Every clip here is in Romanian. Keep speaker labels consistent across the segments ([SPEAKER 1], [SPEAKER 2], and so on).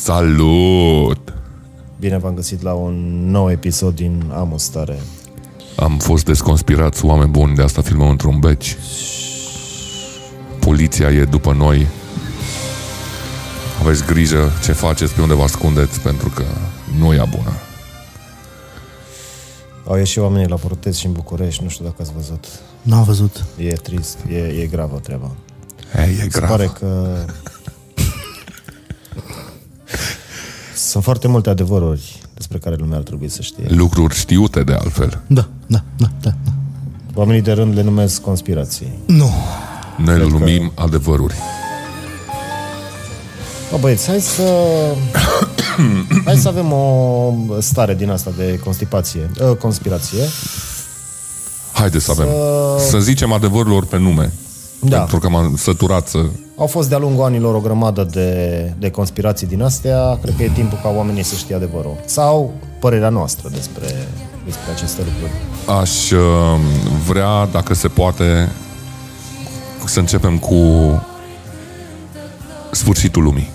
[SPEAKER 1] Salut!
[SPEAKER 2] Bine v-am găsit la un nou episod din Amostare.
[SPEAKER 1] Am fost desconspirați, oameni buni, de asta filmăm într-un beci. Poliția e după noi. Aveți grijă ce faceți, pe unde vă ascundeți, pentru că nu e bună.
[SPEAKER 2] Au ieșit oamenii la protest și în București, nu știu dacă ați văzut.
[SPEAKER 3] N-am văzut.
[SPEAKER 2] E trist, e, e gravă treaba.
[SPEAKER 1] E, e
[SPEAKER 2] Se
[SPEAKER 1] grav.
[SPEAKER 2] pare că... Sunt foarte multe adevăruri despre care lumea ar trebui să știe.
[SPEAKER 1] Lucruri știute, de altfel.
[SPEAKER 3] Da, da, da, da. da.
[SPEAKER 2] Oamenii de rând le numesc conspirații.
[SPEAKER 3] Nu.
[SPEAKER 1] Noi le numim adevăruri.
[SPEAKER 2] Bă, băieți, hai să... hai să avem o stare din asta de constipație, uh, conspirație.
[SPEAKER 1] Haideți să avem. Să zicem adevărurilor pe nume.
[SPEAKER 2] Da.
[SPEAKER 1] Pentru că m-am săturat să...
[SPEAKER 2] Au fost de-a lungul anilor o grămadă de, de conspirații din astea. Cred că e timpul ca oamenii să știe adevărul. Sau părerea noastră despre, despre aceste lucruri.
[SPEAKER 1] Aș uh, vrea, dacă se poate, să începem cu sfârșitul lumii.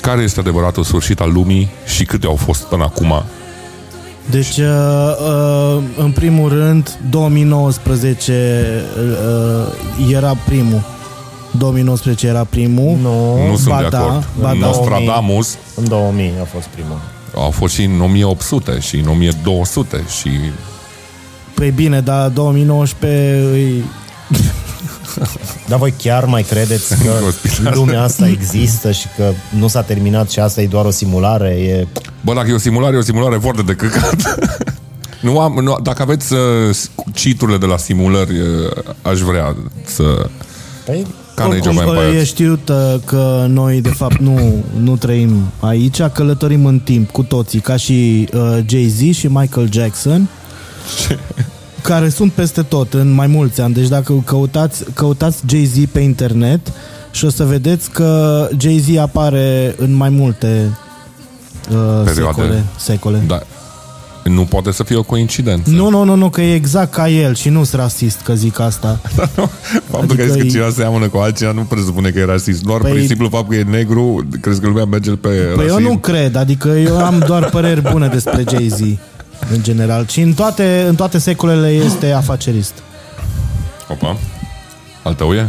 [SPEAKER 1] Care este adevăratul sfârșit al lumii și câte au fost până acum?
[SPEAKER 3] Deci, uh, uh, în primul rând, 2019 uh, era primul. 2019 era primul.
[SPEAKER 2] Nu.
[SPEAKER 1] Nu sunt
[SPEAKER 3] ba
[SPEAKER 1] de
[SPEAKER 3] da,
[SPEAKER 1] acord.
[SPEAKER 3] ba da.
[SPEAKER 1] Nostradamus
[SPEAKER 2] În 2000 a fost primul.
[SPEAKER 1] a fost și în 1800 și în 1200 și
[SPEAKER 3] Păi bine, dar 2019 îi...
[SPEAKER 2] Dar voi chiar mai credeți că
[SPEAKER 1] Conspirație.
[SPEAKER 2] lumea asta există și că nu s-a terminat și asta e doar o simulare? E...
[SPEAKER 1] Bă, dacă e o simulare, e o simulare foarte de căcat. nu am, nu, dacă aveți uh, citurile de la simulări, uh, aș vrea să...
[SPEAKER 2] Păi,
[SPEAKER 1] Ca Age of
[SPEAKER 3] Oricum,
[SPEAKER 1] Empires.
[SPEAKER 3] e știut uh, că noi, de fapt, nu, nu trăim aici, călătorim în timp cu toții, ca și uh, Jay-Z și Michael Jackson, care sunt peste tot, în mai mulți ani. Deci dacă căutați, căutați Jay-Z pe internet și o să vedeți că Jay-Z apare în mai multe uh,
[SPEAKER 1] Perioade.
[SPEAKER 3] secole. secole.
[SPEAKER 1] Da. Nu poate să fie o coincidență.
[SPEAKER 3] Nu, nu, nu, nu, că e exact ca el și nu-s rasist că zic asta.
[SPEAKER 1] Faptul adică că ai zis
[SPEAKER 3] Adică
[SPEAKER 1] că
[SPEAKER 3] e-
[SPEAKER 1] cineva seamănă cu altcineva nu presupune că e rasist. Doar
[SPEAKER 3] Păi-
[SPEAKER 1] prin simplu fapt că e negru, crezi că lumea merge pe
[SPEAKER 3] Păi eu
[SPEAKER 1] rasism?
[SPEAKER 3] nu cred, adică eu am doar păreri bune despre Jay-Z în general și în toate, în toate secolele este afacerist.
[SPEAKER 1] Opa. Al tău e?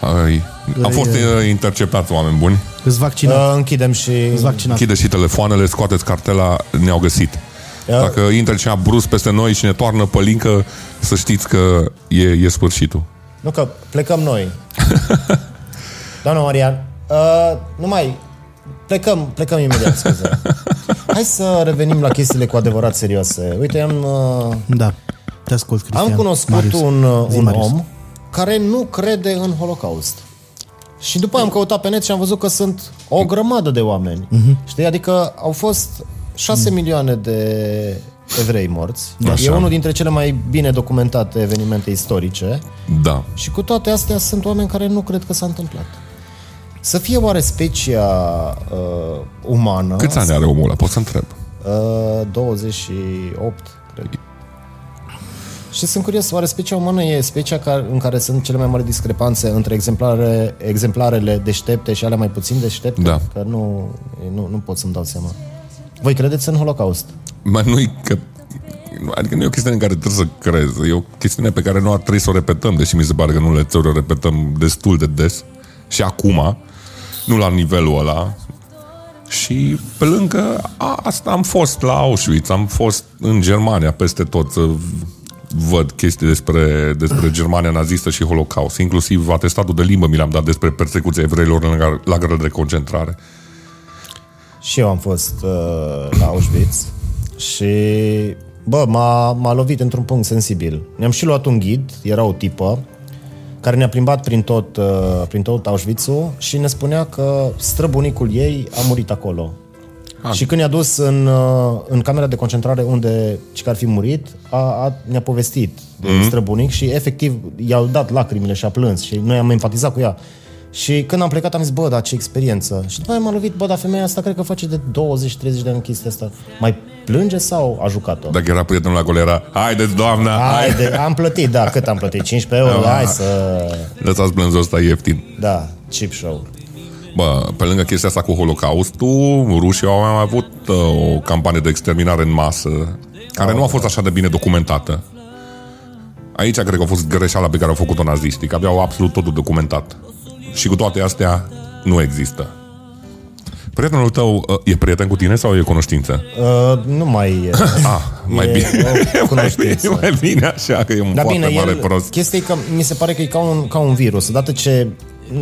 [SPEAKER 1] Ai.
[SPEAKER 3] Păi,
[SPEAKER 1] Am fost uh, interceptat, oameni buni.
[SPEAKER 3] Îți
[SPEAKER 1] Ah.
[SPEAKER 3] vaccinat,
[SPEAKER 2] uh, închidem și...
[SPEAKER 3] îți vaccinat.
[SPEAKER 1] Închide și telefoanele, scoateți cartela, ne-au găsit.
[SPEAKER 2] Ia.
[SPEAKER 1] Dacă intră cineva brusc peste noi și ne toarnă pe lincă, să știți că e, e sfârșitul.
[SPEAKER 2] Nu că plecăm noi. Doamna Marian, uh, nu mai... Plecăm, plecăm imediat, scuze. Hai să revenim la chestiile cu adevărat serioase. Uite, am, uh,
[SPEAKER 3] Da, te ascult, Cristian.
[SPEAKER 2] am cunoscut
[SPEAKER 3] Marius.
[SPEAKER 2] un, uh,
[SPEAKER 3] Zi,
[SPEAKER 2] un
[SPEAKER 3] Marius.
[SPEAKER 2] om care nu crede în Holocaust. Și după aia am căutat pe net și am văzut că sunt o grămadă de oameni.
[SPEAKER 3] Mhm.
[SPEAKER 2] Știi? Adică au fost 6 milioane de evrei morți. E
[SPEAKER 1] Așa.
[SPEAKER 2] unul dintre cele mai bine documentate evenimente istorice.
[SPEAKER 1] Da.
[SPEAKER 2] Și cu toate astea sunt oameni care nu cred că s-a întâmplat. Să fie oare specia uh, umană?
[SPEAKER 1] Câți ani are omul ăla? Pot să întreb.
[SPEAKER 2] Uh, 28, cred. Și sunt curios, oare specia umană e specia care, în care sunt cele mai mari discrepanțe între exemplare, exemplarele deștepte și ale mai puțin deștepte?
[SPEAKER 1] Da.
[SPEAKER 2] Că nu, nu, nu pot să-mi dau seama. Voi credeți în Holocaust?
[SPEAKER 1] Mai nu că Adică nu e o chestiune în care trebuie să crezi, e o chestiune pe care nu ar trebui să o repetăm, deși mi se pare că nu le țări o repetăm destul de des și acum, nu la nivelul ăla. Și pe lângă a- asta am fost la Auschwitz, am fost în Germania peste tot să v- văd chestii despre, despre Germania nazistă și Holocaust. Inclusiv atestatul de limbă mi l-am dat despre persecuția evreilor în lagar- lagărele de concentrare.
[SPEAKER 2] Și eu am fost uh, la Auschwitz și, bă, m-a, m-a lovit într-un punct sensibil. Ne-am și luat un ghid, era o tipă, care ne-a plimbat prin tot, uh, prin tot Auschwitz-ul și ne spunea că străbunicul ei a murit acolo. Și când i-a dus în, uh, în camera de concentrare unde ce ar fi murit, a, a, ne-a povestit de mm-hmm. străbunic și efectiv i-au dat lacrimile și a plâns și noi am empatizat cu ea. Și când am plecat am zis, bă, dar ce experiență. Și după aia m-a lovit, bă, dar femeia asta cred că face de 20-30 de ani chestia asta. Mai plânge sau a jucat-o?
[SPEAKER 1] Dacă era prietenul acolo, era, haideți doamna, hai,
[SPEAKER 2] Haide, am plătit, da, cât am plătit? 15 euro, hai să...
[SPEAKER 1] lăsați blânzul ăsta ieftin.
[SPEAKER 2] Da, chip show.
[SPEAKER 1] Bă, pe lângă chestia asta cu Holocaustul, rușii au mai avut uh, o campanie de exterminare în masă, care nu a fost așa de bine documentată. Aici cred că a fost greșeala pe care au făcut-o naziștii, că aveau absolut totul documentat. Și cu toate astea, nu există. Prietenul tău uh, e prieten cu tine sau e cunoștință?
[SPEAKER 2] Uh, nu mai... Uh,
[SPEAKER 1] Ah, mai
[SPEAKER 2] E
[SPEAKER 1] bine.
[SPEAKER 2] o
[SPEAKER 1] mai bine,
[SPEAKER 2] cunoștință.
[SPEAKER 1] mai bine așa, că e un
[SPEAKER 2] Dar
[SPEAKER 1] foarte
[SPEAKER 2] Da, bine,
[SPEAKER 1] mare
[SPEAKER 2] el,
[SPEAKER 1] prost.
[SPEAKER 2] chestia e că mi se pare că e ca un, ca un virus. Odată ce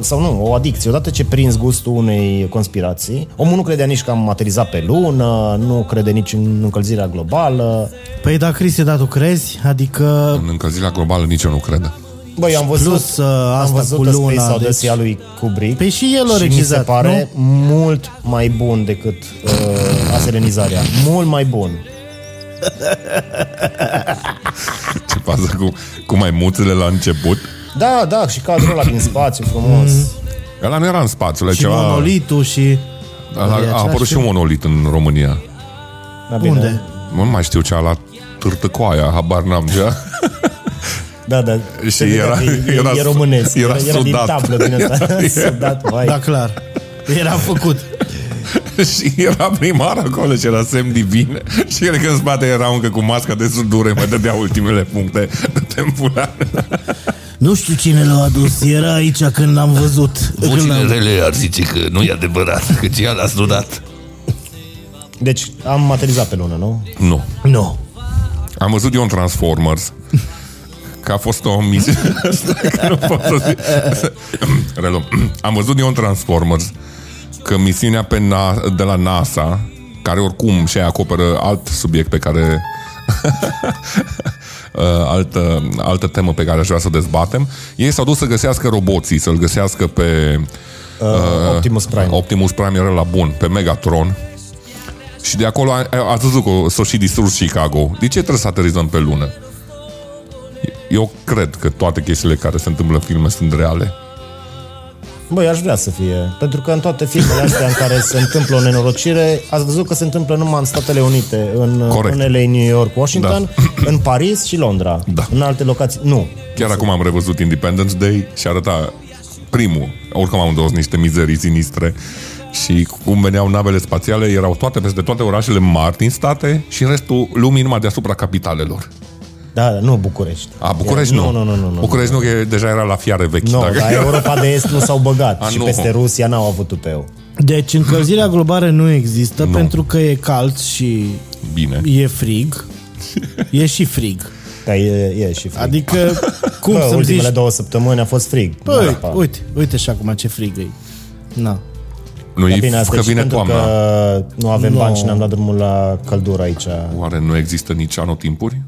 [SPEAKER 2] sau nu, o adicție. Odată ce prins gustul unei conspirații, omul nu credea nici că am aterizat pe lună, nu crede nici în încălzirea globală.
[SPEAKER 3] Păi da, Cristi, da, tu crezi? Adică
[SPEAKER 1] În încălzirea globală nici eu nu cred.
[SPEAKER 2] Băi, am văzut,
[SPEAKER 3] plus, uh,
[SPEAKER 2] am
[SPEAKER 3] asta
[SPEAKER 2] văzut
[SPEAKER 3] cu
[SPEAKER 2] The
[SPEAKER 3] luna,
[SPEAKER 2] Space
[SPEAKER 3] deci-
[SPEAKER 2] Odyssey deci... lui Kubrick
[SPEAKER 3] Păi și el a
[SPEAKER 2] și mi se
[SPEAKER 3] regizat,
[SPEAKER 2] pare mult mai bun decât uh, aselenizarea. Mult mai bun.
[SPEAKER 1] Ce pasă cu, cu maimuțele la început?
[SPEAKER 2] Da, da, și cadrul ăla din spațiu frumos.
[SPEAKER 3] Mhm.
[SPEAKER 1] Ăla nu era în spațiu, ăla e
[SPEAKER 3] și
[SPEAKER 1] ceva...
[SPEAKER 3] monolitul și...
[SPEAKER 1] Ăla-
[SPEAKER 3] E
[SPEAKER 1] a
[SPEAKER 3] același
[SPEAKER 1] apărut și un
[SPEAKER 3] film.
[SPEAKER 1] monolit în România.
[SPEAKER 2] Da, bine.
[SPEAKER 3] Unde?
[SPEAKER 1] Nu mai știu ce a la târtăcoaia, habar n-am ce.
[SPEAKER 2] Da, da.
[SPEAKER 1] Și
[SPEAKER 2] Te vedea
[SPEAKER 1] era-
[SPEAKER 2] că e-
[SPEAKER 1] era-
[SPEAKER 2] e românesc.
[SPEAKER 1] era
[SPEAKER 2] era din
[SPEAKER 1] sudat.
[SPEAKER 2] tablă, bine. Era, sudat, vai.
[SPEAKER 3] Da, clar. Era făcut.
[SPEAKER 1] și era primar acolo și era semn divin. Și el când în spate era încă cu masca de sudure, mai dădea ultimele puncte de tempular.
[SPEAKER 3] Nu știu cine l-a adus, era aici când l-am văzut. Când l-am-
[SPEAKER 4] rele ar zice că nu e adevărat, că ea l-a studat.
[SPEAKER 2] Deci am materializat pe lună, nu?
[SPEAKER 1] Nu.
[SPEAKER 3] Nu.
[SPEAKER 1] Am văzut eu în Transformers că a fost o misiune Stai că nu pot să zic. Reluăm. Am văzut eu în Transformers că misiunea pe Na- de la NASA, care oricum și aia acoperă alt subiect pe care Uh, altă, altă temă pe care aș vrea să o dezbatem. Ei s-au dus să găsească roboții, să-l găsească pe
[SPEAKER 2] Uh, Optimus Prime.
[SPEAKER 1] Optimus Prime era la bun, pe Megatron. Și de acolo a- a- ați văzut că s-a și distrus Chicago. De ce trebuie să aterizăm pe lună? Eu cred că toate chestiile care se întâmplă în filme sunt reale.
[SPEAKER 2] Băi, aș vrea să fie. Pentru că în toate filmele astea în care se întâmplă o nenorocire, ați văzut că se întâmplă numai în Statele Unite, în,
[SPEAKER 1] Corect.
[SPEAKER 2] în LA, New York, Washington, da. în Paris și Londra.
[SPEAKER 1] Da.
[SPEAKER 2] În alte locații. Nu.
[SPEAKER 1] Chiar acum am revăzut Independence Day și arăta primul. Oricum am dus niște mizerii sinistre și cum veneau navele spațiale, erau toate peste toate orașele mari din state și în restul lumii numai deasupra capitalelor.
[SPEAKER 2] Da, da, nu București.
[SPEAKER 1] A, București
[SPEAKER 2] E-
[SPEAKER 1] nu.
[SPEAKER 2] Nu, nu, nu. nu, nu.
[SPEAKER 1] București nu, că e- deja era la fiare vechi.
[SPEAKER 2] Nu,
[SPEAKER 1] dacă-
[SPEAKER 2] dar Europa de Est nu s-au băgat
[SPEAKER 1] A,
[SPEAKER 2] și
[SPEAKER 1] nu.
[SPEAKER 2] peste Rusia n-au avut tupeu.
[SPEAKER 3] Deci încălzirea globală nu există pentru că e cald și
[SPEAKER 1] Bine.
[SPEAKER 3] e frig. E și frig.
[SPEAKER 2] Dar e, e și frig.
[SPEAKER 3] Adică, cum
[SPEAKER 2] Bă,
[SPEAKER 3] să-mi
[SPEAKER 2] ultimele
[SPEAKER 3] zici...
[SPEAKER 2] două săptămâni a fost frig. Da,
[SPEAKER 3] Bă,
[SPEAKER 2] pa.
[SPEAKER 3] uite, uite și acum ce frig e. Na.
[SPEAKER 1] Nu
[SPEAKER 2] Dar
[SPEAKER 1] e
[SPEAKER 2] bine, asta
[SPEAKER 1] că
[SPEAKER 2] e și
[SPEAKER 1] vine
[SPEAKER 2] pentru
[SPEAKER 1] toamna.
[SPEAKER 2] că nu avem
[SPEAKER 3] Nu.
[SPEAKER 2] bani și n-am dat drumul la căldură aici.
[SPEAKER 1] Oare nu există nici anotimpuri?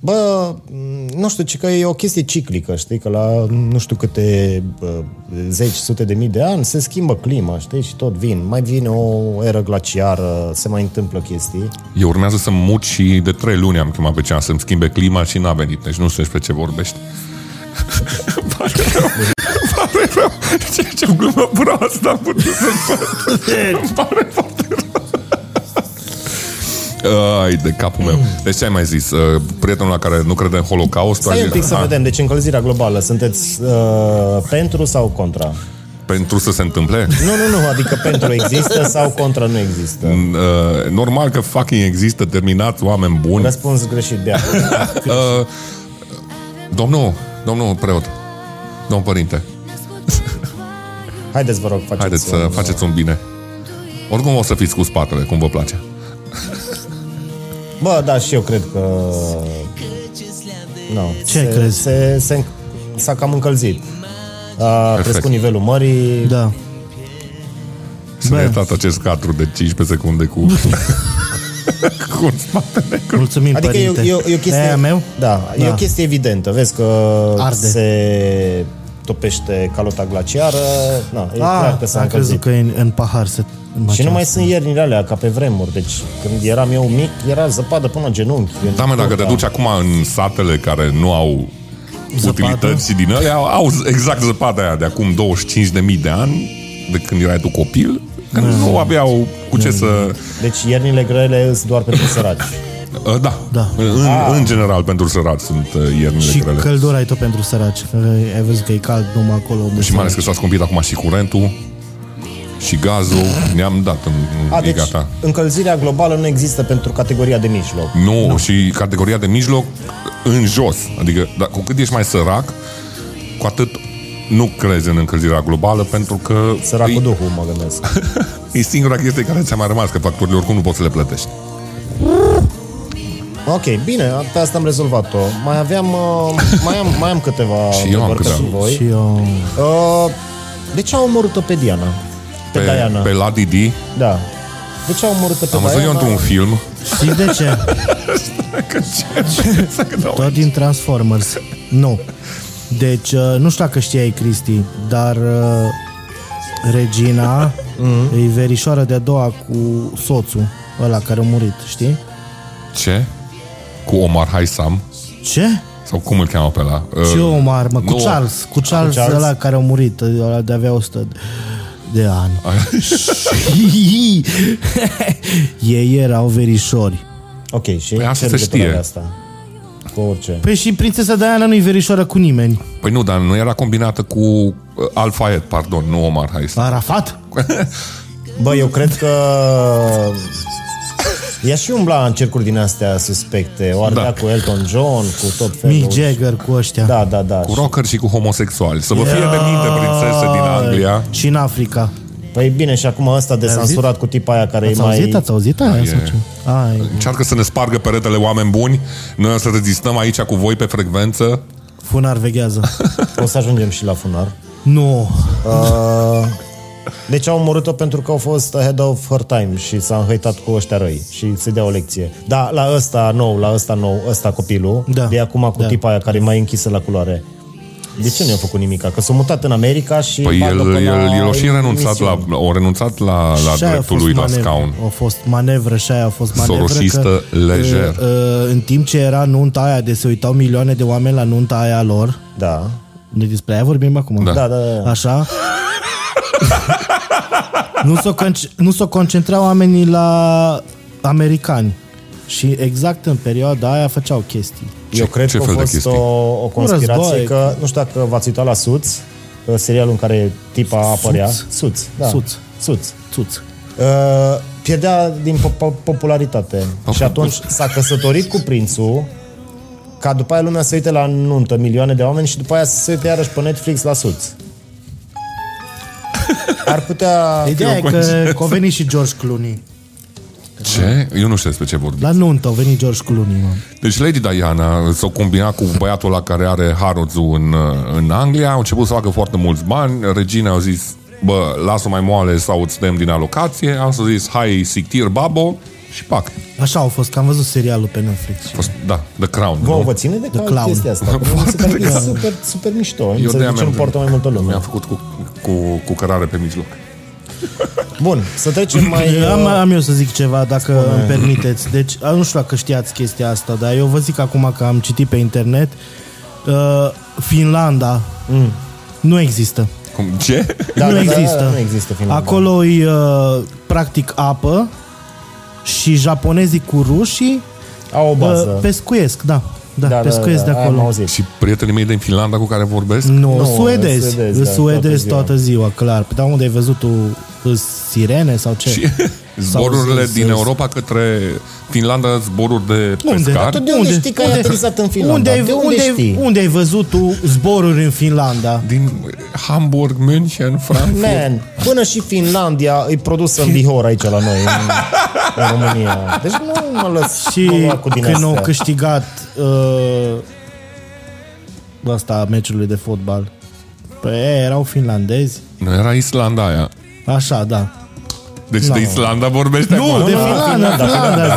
[SPEAKER 2] Bă, m, nu știu, ci că e o chestie ciclică, știi, că la mm, nu știu câte bă, zeci, sute de mii de ani se schimbă clima, știi, și tot vin. Mai vine o eră glaciară, se mai întâmplă chestii.
[SPEAKER 1] Eu urmează să mut și de trei luni am chemat pe cineva să-mi schimbe clima și n-a venit, deci nu știu despre ce vorbești. Pare rău. Pare rău. Ce, ce glumă proastă am putut să fac. Îmi Pare foarte rău. Ai de capul meu. Deci ce ai mai zis? Uh, Prietenul la care nu crede în Holocaust?
[SPEAKER 2] Stai un pic să
[SPEAKER 1] a, "Ah,
[SPEAKER 2] vedem, deci încălzirea globală, sunteți uh, pentru sau contra?
[SPEAKER 1] Pentru să se întâmple?
[SPEAKER 2] Nu, nu, nu, adică pentru există sau contra nu există?
[SPEAKER 1] Uh, Normal că fucking există, terminați oameni buni.
[SPEAKER 2] Răspuns greșit, bea.
[SPEAKER 1] Uh, domnul, domnul preot, domn părinte,
[SPEAKER 2] Haideți, vă rog, faceți
[SPEAKER 1] haideți să
[SPEAKER 2] un,
[SPEAKER 1] faceți un bine. Oricum o să fiți cu spatele, cum vă place.
[SPEAKER 2] Bă, da, și eu cred că... No.
[SPEAKER 3] Ce
[SPEAKER 2] se,
[SPEAKER 3] crezi?
[SPEAKER 2] Se, se, înc- s-a cam încălzit. A crescut nivelul mării.
[SPEAKER 3] Da.
[SPEAKER 1] Să
[SPEAKER 3] Bă.
[SPEAKER 1] ne dat acest cadru de 15 secunde cu... cu spatele. Cu...
[SPEAKER 3] Mulțumim,
[SPEAKER 2] Adică e,
[SPEAKER 3] părinte.
[SPEAKER 2] e, e o chestie...
[SPEAKER 3] Aia meu?
[SPEAKER 2] Da, e
[SPEAKER 3] Da.
[SPEAKER 2] o chestie evidentă. Vezi că
[SPEAKER 3] Arde.
[SPEAKER 2] se topește calota glaciară. Na, e
[SPEAKER 3] Ah,
[SPEAKER 2] clar că s-a
[SPEAKER 3] am crezut
[SPEAKER 2] încălzit.
[SPEAKER 3] că e în, în pahar se...
[SPEAKER 2] Și nu mai sunt iernile alea ca pe vremuri. Deci când eram eu mic, era zăpadă până la genunchi.
[SPEAKER 1] Da, mă, dacă te duci acum în satele care nu au
[SPEAKER 3] Zăpadă.
[SPEAKER 1] utilități și din ele, au, au exact zăpada aia de acum 25.000 de ani, de când erai tu copil,
[SPEAKER 3] Da.
[SPEAKER 1] când nu aveau cu ce să...
[SPEAKER 2] Deci iernile grele sunt doar pentru săraci.
[SPEAKER 1] Uh, Da,
[SPEAKER 3] Da.
[SPEAKER 1] În, în general pentru sărați sunt uh, iernile
[SPEAKER 3] Și
[SPEAKER 1] grele.
[SPEAKER 3] căldura e tot pentru săraci. Ai văzut că e cald numai acolo.
[SPEAKER 1] Și mai ales că s-a scumpit acum și curentul. și gazul, ne-am dat în,
[SPEAKER 2] A,
[SPEAKER 1] A, e
[SPEAKER 2] deci
[SPEAKER 1] gata.
[SPEAKER 2] încălzirea globală nu există pentru categoria de mijloc.
[SPEAKER 1] Nu, nu, și categoria de mijloc în jos. Adică, da, cu cât ești mai sărac, cu atât nu crezi în încălzirea globală, pentru că
[SPEAKER 2] Săracul
[SPEAKER 1] e,
[SPEAKER 2] Duhul, mă gândesc.
[SPEAKER 1] e singura chestie care ți-a mai rămas, că facturile oricum nu poți să le plătești.
[SPEAKER 2] Ok, bine, pe asta am rezolvat-o. Mai aveam, uh, mai am, mai am câteva
[SPEAKER 1] Și eu am
[SPEAKER 2] întrebări
[SPEAKER 1] câteva.
[SPEAKER 2] pentru voi.
[SPEAKER 3] Și eu...
[SPEAKER 2] Uh, de ce au omorât-o pe Diana? Pe, pe Diana, Păi,
[SPEAKER 1] pe
[SPEAKER 2] pe...
[SPEAKER 1] la Didi,
[SPEAKER 2] da. De ce au omorât-o pe
[SPEAKER 1] am văzut eu
[SPEAKER 2] Diana?
[SPEAKER 1] într-un film,
[SPEAKER 3] Știi de ce? Tot din Transformers. Nu. Deci, uh, nu știu dacă știai, Cristi, dar uh, Regina e verișoara de-a doua cu soțul ăla care a murit, știi?
[SPEAKER 1] ce? Cu Omar Haysam,
[SPEAKER 3] Ce?
[SPEAKER 1] sau cum îl cheamă pe la?
[SPEAKER 3] Ce Omar, mă? Cu
[SPEAKER 1] Ă, nu.
[SPEAKER 3] Charles. Cu Charles,
[SPEAKER 2] Charles?
[SPEAKER 3] ăla care a murit, ă, ăla de avea 100 de ani. Și- Ei erau verișori.
[SPEAKER 2] Ok, și
[SPEAKER 1] Păi asta se
[SPEAKER 2] ce legătură
[SPEAKER 1] știe.
[SPEAKER 2] are asta? Cu orice.
[SPEAKER 3] Păi și prințesa Diana nu-i verișoară cu nimeni.
[SPEAKER 1] Păi nu, dar nu era combinată cu uh, Al-Fayed, pardon, nu Omar Haysam.
[SPEAKER 3] Arafat?
[SPEAKER 2] Bă, eu cred că... Ea și umbla în cercuri din astea suspecte. O ardea
[SPEAKER 1] Da.
[SPEAKER 2] cu Elton John, cu tot felul.
[SPEAKER 3] Mick Jagger cu ăștia.
[SPEAKER 2] Da, da, da.
[SPEAKER 1] Cu rocker și cu homosexuali. Să vă fie de minte, prințese din Anglia.
[SPEAKER 3] Și în Africa.
[SPEAKER 2] Păi bine, și acum ăsta de censurat cu tipa aia care e
[SPEAKER 3] Ați
[SPEAKER 2] mai...
[SPEAKER 3] auzit? Ați auzit aia?
[SPEAKER 1] e.
[SPEAKER 3] sau ce? Ai,
[SPEAKER 1] Încearcă să ne spargă peretele oameni buni. Noi o să rezistăm aici cu voi pe frecvență.
[SPEAKER 3] funar veghează.
[SPEAKER 2] O să ajungem și la funar.
[SPEAKER 3] nu.
[SPEAKER 2] Uh, deci au omorât-o pentru că au fost ahead of her time și s-a înhăitat cu ăștia răi și se dea o lecție. Da, la ăsta nou, la ăsta nou, ăsta copilul,
[SPEAKER 3] Da.
[SPEAKER 2] de acum cu
[SPEAKER 3] Da.
[SPEAKER 2] tipa aia care e mai închisă la culoare. De ce nu i-a făcut nimic? Că s-a mutat în America și...
[SPEAKER 1] Păi
[SPEAKER 2] bagă
[SPEAKER 1] el,
[SPEAKER 2] până
[SPEAKER 1] el,
[SPEAKER 2] la
[SPEAKER 1] el o și renunțat
[SPEAKER 2] emisiune.
[SPEAKER 1] la, o renunțat la, la
[SPEAKER 3] Și aia a
[SPEAKER 1] dreptul
[SPEAKER 3] fost
[SPEAKER 1] lui la
[SPEAKER 3] manevră.
[SPEAKER 1] scaun.
[SPEAKER 3] A fost manevră și aia a fost manevră.
[SPEAKER 1] Sorosistă
[SPEAKER 3] că,
[SPEAKER 1] lejer.
[SPEAKER 3] uh, uh, În timp ce era nunta aia, de se uitau milioane de oameni la nunta aia lor,
[SPEAKER 2] Da.
[SPEAKER 3] de despre aia vorbim acum.
[SPEAKER 1] Da.
[SPEAKER 2] Da, da, da. da.
[SPEAKER 3] Așa? nu s-o, conc- nu s-o concentrau oamenii la americani. Și exact în perioada aia făceau chestii.
[SPEAKER 2] Eu
[SPEAKER 1] Ce-
[SPEAKER 2] cred
[SPEAKER 1] ce
[SPEAKER 2] că a
[SPEAKER 1] fel de
[SPEAKER 2] fost
[SPEAKER 1] chestii?
[SPEAKER 2] o, o conspirație
[SPEAKER 3] război.
[SPEAKER 2] că, nu știu dacă v-ați uitat la Suits, uh, serialul în care tipa apărea.
[SPEAKER 3] Suits?
[SPEAKER 2] Suits, da.
[SPEAKER 3] Suits.
[SPEAKER 2] Suits.
[SPEAKER 3] Tuț.
[SPEAKER 2] Uh, pierdea din po- po- popularitate. și atunci s-a căsătorit cu prințul ca după aia lumea să uite la nuntă milioane de oameni și după aia să se uite iarăși pe Netflix la suți. Ar putea...
[SPEAKER 3] Ideea e că că a venit și George Clooney.
[SPEAKER 1] Ce? Eu nu știu despre ce vorbim.
[SPEAKER 3] La nuntă a venit George Clooney, mă.
[SPEAKER 1] Deci Lady Diana s-a combinat cu băiatul ăla care are Harrods-ul în, în Anglia, au început să facă foarte mulți bani, regina au zis, bă, las-o mai moale sau îți dăm din alocație, am să zis, hai, sictir, babo, și pac.
[SPEAKER 3] Așa au fost, că am văzut serialul pe Netflix.
[SPEAKER 1] Fost- Da, The Crown.
[SPEAKER 2] Vă,
[SPEAKER 1] nu?
[SPEAKER 2] vă ține de cal
[SPEAKER 3] clown.
[SPEAKER 2] chestia asta. Pentru că Mi se pare că e super, super mișto.
[SPEAKER 1] de-aia
[SPEAKER 2] Eu de ce nu
[SPEAKER 1] mi-am-
[SPEAKER 2] poartă mai multă lume.
[SPEAKER 1] Mi-am făcut cu, cu, cu cărare pe mijloc.
[SPEAKER 2] Bun, să trecem mai...
[SPEAKER 3] Eu Păi, am,
[SPEAKER 2] uh,
[SPEAKER 3] am eu să zic ceva, dacă îmi permiteți. Deci, a, nu știu dacă știați chestia asta, dar eu vă zic acum că am citit pe internet. Uh, Finlanda nu există.
[SPEAKER 1] Cum, ce?
[SPEAKER 2] Mm. Da,
[SPEAKER 3] nu
[SPEAKER 2] da, da,
[SPEAKER 3] există.
[SPEAKER 2] nu există Finlanda.
[SPEAKER 3] Acolo e uh, practic apă și japonezii cu rușii
[SPEAKER 2] Au o
[SPEAKER 3] uh,
[SPEAKER 2] bază.
[SPEAKER 3] pescuiesc, da. Da, da pescuiesc de
[SPEAKER 2] aia am
[SPEAKER 3] acolo.
[SPEAKER 2] auzit.
[SPEAKER 1] Și prietenii mei din Finlanda cu care vorbesc?
[SPEAKER 3] Nu,
[SPEAKER 2] Nu,
[SPEAKER 3] suedezi.
[SPEAKER 2] suedezi,
[SPEAKER 3] Suedezi,
[SPEAKER 2] da,
[SPEAKER 3] suedezi
[SPEAKER 2] toată
[SPEAKER 3] toată ziua, clar. Dar unde ai văzut tu îs sirene sau ce?
[SPEAKER 1] Și zborurile din Europa către Finlanda, zboruri de
[SPEAKER 3] Unde?
[SPEAKER 1] pescari?
[SPEAKER 2] de unde știi că ai aterizat în Finlanda?
[SPEAKER 3] Unde ai,
[SPEAKER 2] De unde
[SPEAKER 3] unde,
[SPEAKER 2] știi?
[SPEAKER 3] unde, unde ai văzut tu zboruri în Finlanda?
[SPEAKER 1] Din Hamburg, München, Frankfurt.
[SPEAKER 2] Man, până și Finlandia e produsă în Bihor aici la noi, în, în România. Deci nu mă lăs
[SPEAKER 3] Și
[SPEAKER 2] mă lua cu din
[SPEAKER 3] când au
[SPEAKER 2] astea.
[SPEAKER 3] câștigat uh, ăsta meciului de fotbal. Păi ei, erau finlandezi.
[SPEAKER 1] Nu era Islanda aia.
[SPEAKER 3] Așa, da.
[SPEAKER 1] Deci de Islanda vorbește
[SPEAKER 3] Nu,
[SPEAKER 1] acum.
[SPEAKER 3] de
[SPEAKER 2] nu,
[SPEAKER 3] Finlanda,
[SPEAKER 2] Finlanda,
[SPEAKER 3] Finlanda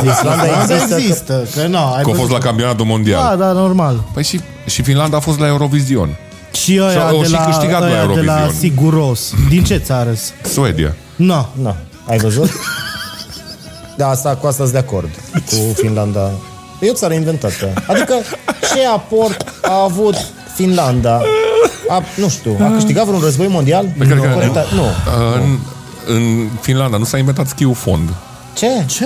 [SPEAKER 2] Finlanda.
[SPEAKER 3] zis.
[SPEAKER 2] Finlanda
[SPEAKER 3] Finlanda
[SPEAKER 2] există, că-
[SPEAKER 3] există, că nu. ai
[SPEAKER 1] Că au fost
[SPEAKER 3] văzut-
[SPEAKER 1] la campionatul mondial.
[SPEAKER 3] Da, da, normal.
[SPEAKER 1] Păi și, și Finlanda a fost la Eurovision.
[SPEAKER 3] Și
[SPEAKER 1] Și
[SPEAKER 3] ăia
[SPEAKER 1] au
[SPEAKER 3] de
[SPEAKER 1] și
[SPEAKER 3] la,
[SPEAKER 1] câștigat la
[SPEAKER 3] ăia de la
[SPEAKER 1] Eurovision.
[SPEAKER 3] Siguros. Din ce țară
[SPEAKER 1] Suedia.
[SPEAKER 3] Nu.
[SPEAKER 2] Na, ai văzut? Da, asta, cu asta sunt de acord cu Finlanda. E o țară inventată. Adică ce aport a avut Finlanda? A, nu știu, a câștigat vreun război mondial?
[SPEAKER 1] cred că-
[SPEAKER 2] Corect, a- nu.
[SPEAKER 1] În, în Finlanda nu s-a inventat schiul fond.
[SPEAKER 2] Ce?
[SPEAKER 3] Ce?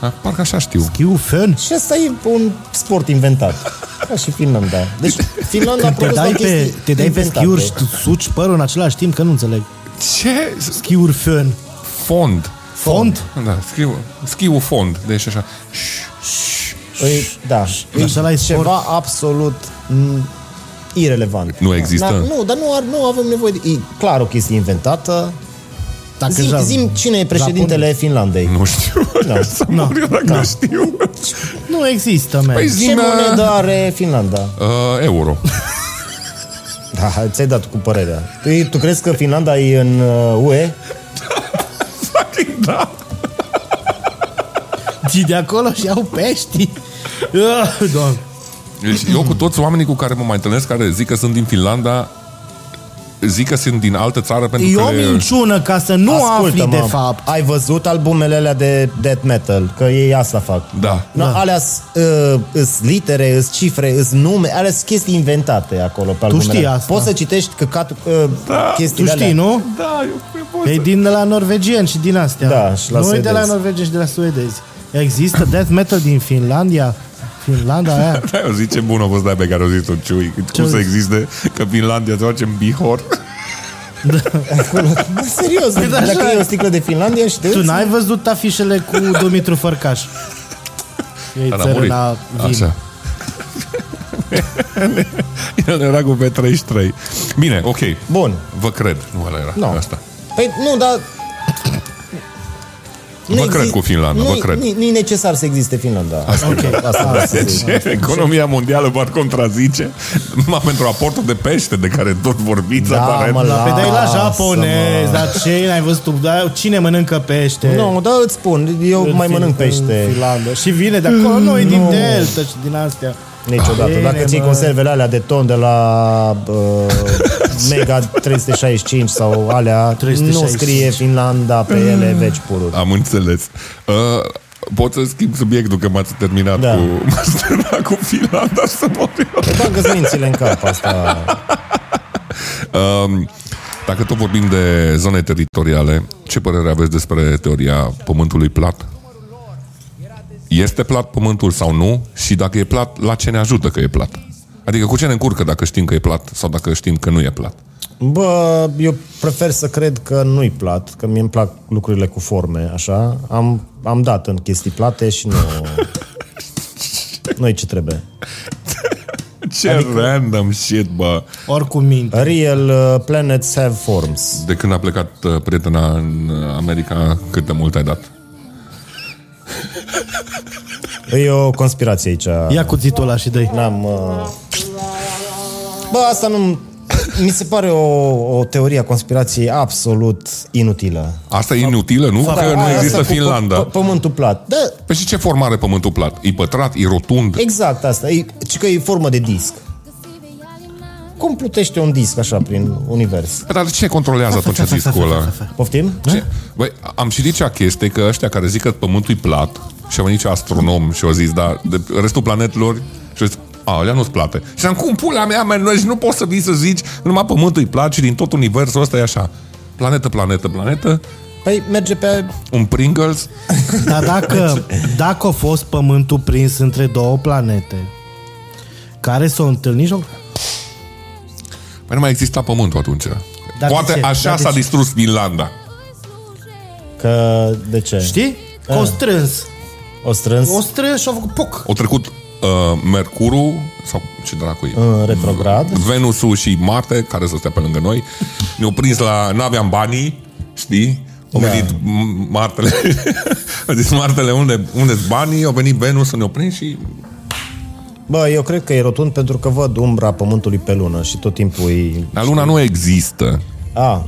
[SPEAKER 1] Ah, Parcă așa știu.
[SPEAKER 3] Chiufen?
[SPEAKER 2] Și asta e un sport inventat. Ca și Finlanda. Deci Finlanda a
[SPEAKER 3] Te
[SPEAKER 2] produs
[SPEAKER 3] dai
[SPEAKER 2] doar
[SPEAKER 3] pe,
[SPEAKER 2] chestii
[SPEAKER 3] te dai pe
[SPEAKER 2] inventate.
[SPEAKER 3] schiuri și tu suci părul în același timp, că nu înțeleg.
[SPEAKER 1] Ce?
[SPEAKER 3] Schiuri fân.
[SPEAKER 1] Fond.
[SPEAKER 3] Fond?
[SPEAKER 1] Da, scriu, scriu fond, deci așa.
[SPEAKER 2] Îi, da, e
[SPEAKER 3] Așa la e sport.
[SPEAKER 2] ceva absolut mm, irelevant.
[SPEAKER 1] Nu există.
[SPEAKER 2] Dar, nu, dar nu, ar, nu avem nevoie de... E clar o chestie inventată.
[SPEAKER 3] Dacă
[SPEAKER 2] Zim,
[SPEAKER 3] ja-
[SPEAKER 2] zim cine e președintele Finlandei.
[SPEAKER 1] Nu știu,
[SPEAKER 2] Da.
[SPEAKER 1] să mor eu dacă știu.
[SPEAKER 3] Nu există, man.
[SPEAKER 1] Păi
[SPEAKER 2] Ce
[SPEAKER 1] zi
[SPEAKER 2] monedă are Finlanda?
[SPEAKER 1] uh, euro.
[SPEAKER 2] Da, ți-ai dat cu părerea. Tu, tu crezi că Finlanda e în uh, UE?
[SPEAKER 1] Fucking da.
[SPEAKER 3] Ții de acolo și au pești. Ah, Doamne.
[SPEAKER 1] Deci eu cu toți oamenii cu care mă mai întâlnesc, care zic că sunt din Finlanda, zic că sunt din altă țară pentru
[SPEAKER 3] E
[SPEAKER 1] că...
[SPEAKER 3] o minciună ca să nu afli,
[SPEAKER 2] Ascultă-mă,
[SPEAKER 3] de fapt.
[SPEAKER 2] Ai văzut albumele alea de death metal? Că ei asta fac.
[SPEAKER 1] Da.
[SPEAKER 2] No, da. Alea uh, îs litere, îs cifre, îs nume, alea sunt chestii inventate acolo pe albumele.
[SPEAKER 3] știi
[SPEAKER 2] alea.
[SPEAKER 3] asta.
[SPEAKER 2] Poți să citești căcat uh, da,
[SPEAKER 3] Tu
[SPEAKER 2] chestiile
[SPEAKER 3] știi,
[SPEAKER 2] alea.
[SPEAKER 3] nu?
[SPEAKER 1] Da, eu, eu pot
[SPEAKER 3] E din de la norvegieni și din astea.
[SPEAKER 2] Da, și la
[SPEAKER 3] Nu e de
[SPEAKER 2] suedezi.
[SPEAKER 3] la norvegieni și de la suedezi. Există death metal din Finlandia. Finlanda aia.
[SPEAKER 1] Da, eu zic ce bun a fost de pe care o zis tu, Ciui. Cum
[SPEAKER 3] a
[SPEAKER 1] să
[SPEAKER 3] zis?
[SPEAKER 1] existe că Finlandia se face în Bihor?
[SPEAKER 2] Serios,
[SPEAKER 3] așa
[SPEAKER 2] dacă
[SPEAKER 3] e.
[SPEAKER 2] e o sticlă de Finlandia și te
[SPEAKER 3] Tu
[SPEAKER 2] uiți,
[SPEAKER 3] n-ai văzut afișele cu Dumitru Fărcaș? Ei
[SPEAKER 1] Dar a
[SPEAKER 3] țără
[SPEAKER 1] murit.
[SPEAKER 3] la vin.
[SPEAKER 1] Așa. El era cu pe 33. Bine, ok.
[SPEAKER 2] Bun.
[SPEAKER 1] Vă cred. Nu ăla era.
[SPEAKER 2] No.
[SPEAKER 1] Asta.
[SPEAKER 2] Păi nu, dar...
[SPEAKER 1] Vă cred cu Finlanda, vă
[SPEAKER 2] nu,
[SPEAKER 1] cred.
[SPEAKER 2] Nu, nu e necesar să existe Finlanda. Asta,
[SPEAKER 3] Ok.
[SPEAKER 2] asta vreau să zic.
[SPEAKER 1] Deci, economia mondială v-ar contrazice numai pentru aportul de pește de care tot vorbiți,
[SPEAKER 2] Da,
[SPEAKER 1] aparent.
[SPEAKER 2] mă,
[SPEAKER 3] La
[SPEAKER 2] Lasă,
[SPEAKER 3] pedai la japonez,
[SPEAKER 2] mă.
[SPEAKER 3] dar ce n-ai văzut tu? Da, cine mănâncă pește?
[SPEAKER 2] Nu, dar îți spun, eu
[SPEAKER 3] În
[SPEAKER 2] mai
[SPEAKER 3] Fin-
[SPEAKER 2] mănânc
[SPEAKER 3] în
[SPEAKER 2] pește
[SPEAKER 3] Finlanda. Și vine de acolo, noi din
[SPEAKER 2] Nu.
[SPEAKER 3] Delta și din astea.
[SPEAKER 2] niciodată.
[SPEAKER 3] Bine,
[SPEAKER 2] Dacă ții
[SPEAKER 3] mă.
[SPEAKER 2] conservele alea de ton de la uh, Mega 365 sau alea,
[SPEAKER 3] 365.
[SPEAKER 2] nu scrie Finlanda pe ele veci pururi.
[SPEAKER 1] Am înțeles. Uh, pot să schimb subiectul că m-ați terminat
[SPEAKER 2] Da.
[SPEAKER 1] da. cu... M-ați terminat cu Finlanda să mor eu.
[SPEAKER 2] Bagă-ți mințile în cap asta.
[SPEAKER 1] Um, Dacă tot vorbim de zone teritoriale, ce părere aveți despre teoria pământului plat? Este plat pământul sau nu? Și dacă e plat, la ce ne ajută că e plat? Adică cu ce ne încurcă dacă știm că e plat sau dacă știm că nu e plat?
[SPEAKER 2] Bă, eu prefer să cred că nu-i plat, că mie îmi plac lucrurile cu forme, așa. Am, am dat în chestii plate și nu... Nu-i ce trebuie.
[SPEAKER 1] Ce adică... random shit, bă!
[SPEAKER 3] Oricum minte.
[SPEAKER 2] Real uh, planets have forms.
[SPEAKER 1] De când a plecat uh, prietena în uh, America, cât de mult ai dat?
[SPEAKER 2] E o conspirație aici.
[SPEAKER 3] Ia cuțitul ăla și dă
[SPEAKER 2] N-am... uh, Bă, asta nu... Mi se pare o, o teorie a conspirației absolut inutilă.
[SPEAKER 1] Asta e inutilă, nu? Că nu
[SPEAKER 2] Aia
[SPEAKER 1] există
[SPEAKER 2] asta cu
[SPEAKER 1] Finlanda.
[SPEAKER 2] pă- pă- Pământul plat. Da,
[SPEAKER 1] Păi și ce formă are pământul plat? E pătrat? E rotund?
[SPEAKER 2] exact asta. E, ci că e formă de disc. Cum plutește un disc așa prin univers?
[SPEAKER 1] Păi, Dar ce controlează atunci discul ăla?
[SPEAKER 2] Poftim? Da?
[SPEAKER 1] Ce? Băi, am citit cea chestie că ăștia care zic că pământul e plat și au venit și astronom și au zis, da, de restul planetelor și au zis, a, alea nu-ți plate. Și am cum pula mea, mea, noi nu poți să vii să zici numai pământul e plat și din tot universul ăsta e așa. Planetă, planetă, planetă,
[SPEAKER 2] Păi merge pe...
[SPEAKER 1] un Pringles,
[SPEAKER 3] Dar dacă, dacă a fost pământul prins între două planete, care s-au întâlnit și au-
[SPEAKER 1] păi nu mai exista pământul atunci.
[SPEAKER 3] Dar de
[SPEAKER 1] Poate
[SPEAKER 3] ce?
[SPEAKER 1] așa
[SPEAKER 3] Dar de
[SPEAKER 1] s-a
[SPEAKER 3] ce?
[SPEAKER 1] distrus Finlanda.
[SPEAKER 2] Că... De ce?
[SPEAKER 3] Știi? Că o strâns.
[SPEAKER 2] O strâns
[SPEAKER 3] O strâns și Ah. au făcut poc.
[SPEAKER 1] Au trecut uh, Mercurul, sau ce dracu e?
[SPEAKER 2] în retrograd.
[SPEAKER 1] Venusul și Marte, care să stea pe lângă noi, ne-au prins la... N-aveam banii, știi? Au
[SPEAKER 2] Da.
[SPEAKER 1] venit m- Martele. Au zis Martele, unde unde banii? Au venit Venus să ne-au prins și...
[SPEAKER 2] Bă, eu cred că e rotund pentru că văd umbra pământului pe lună și tot timpul e...
[SPEAKER 1] Dar luna nu există.
[SPEAKER 2] A,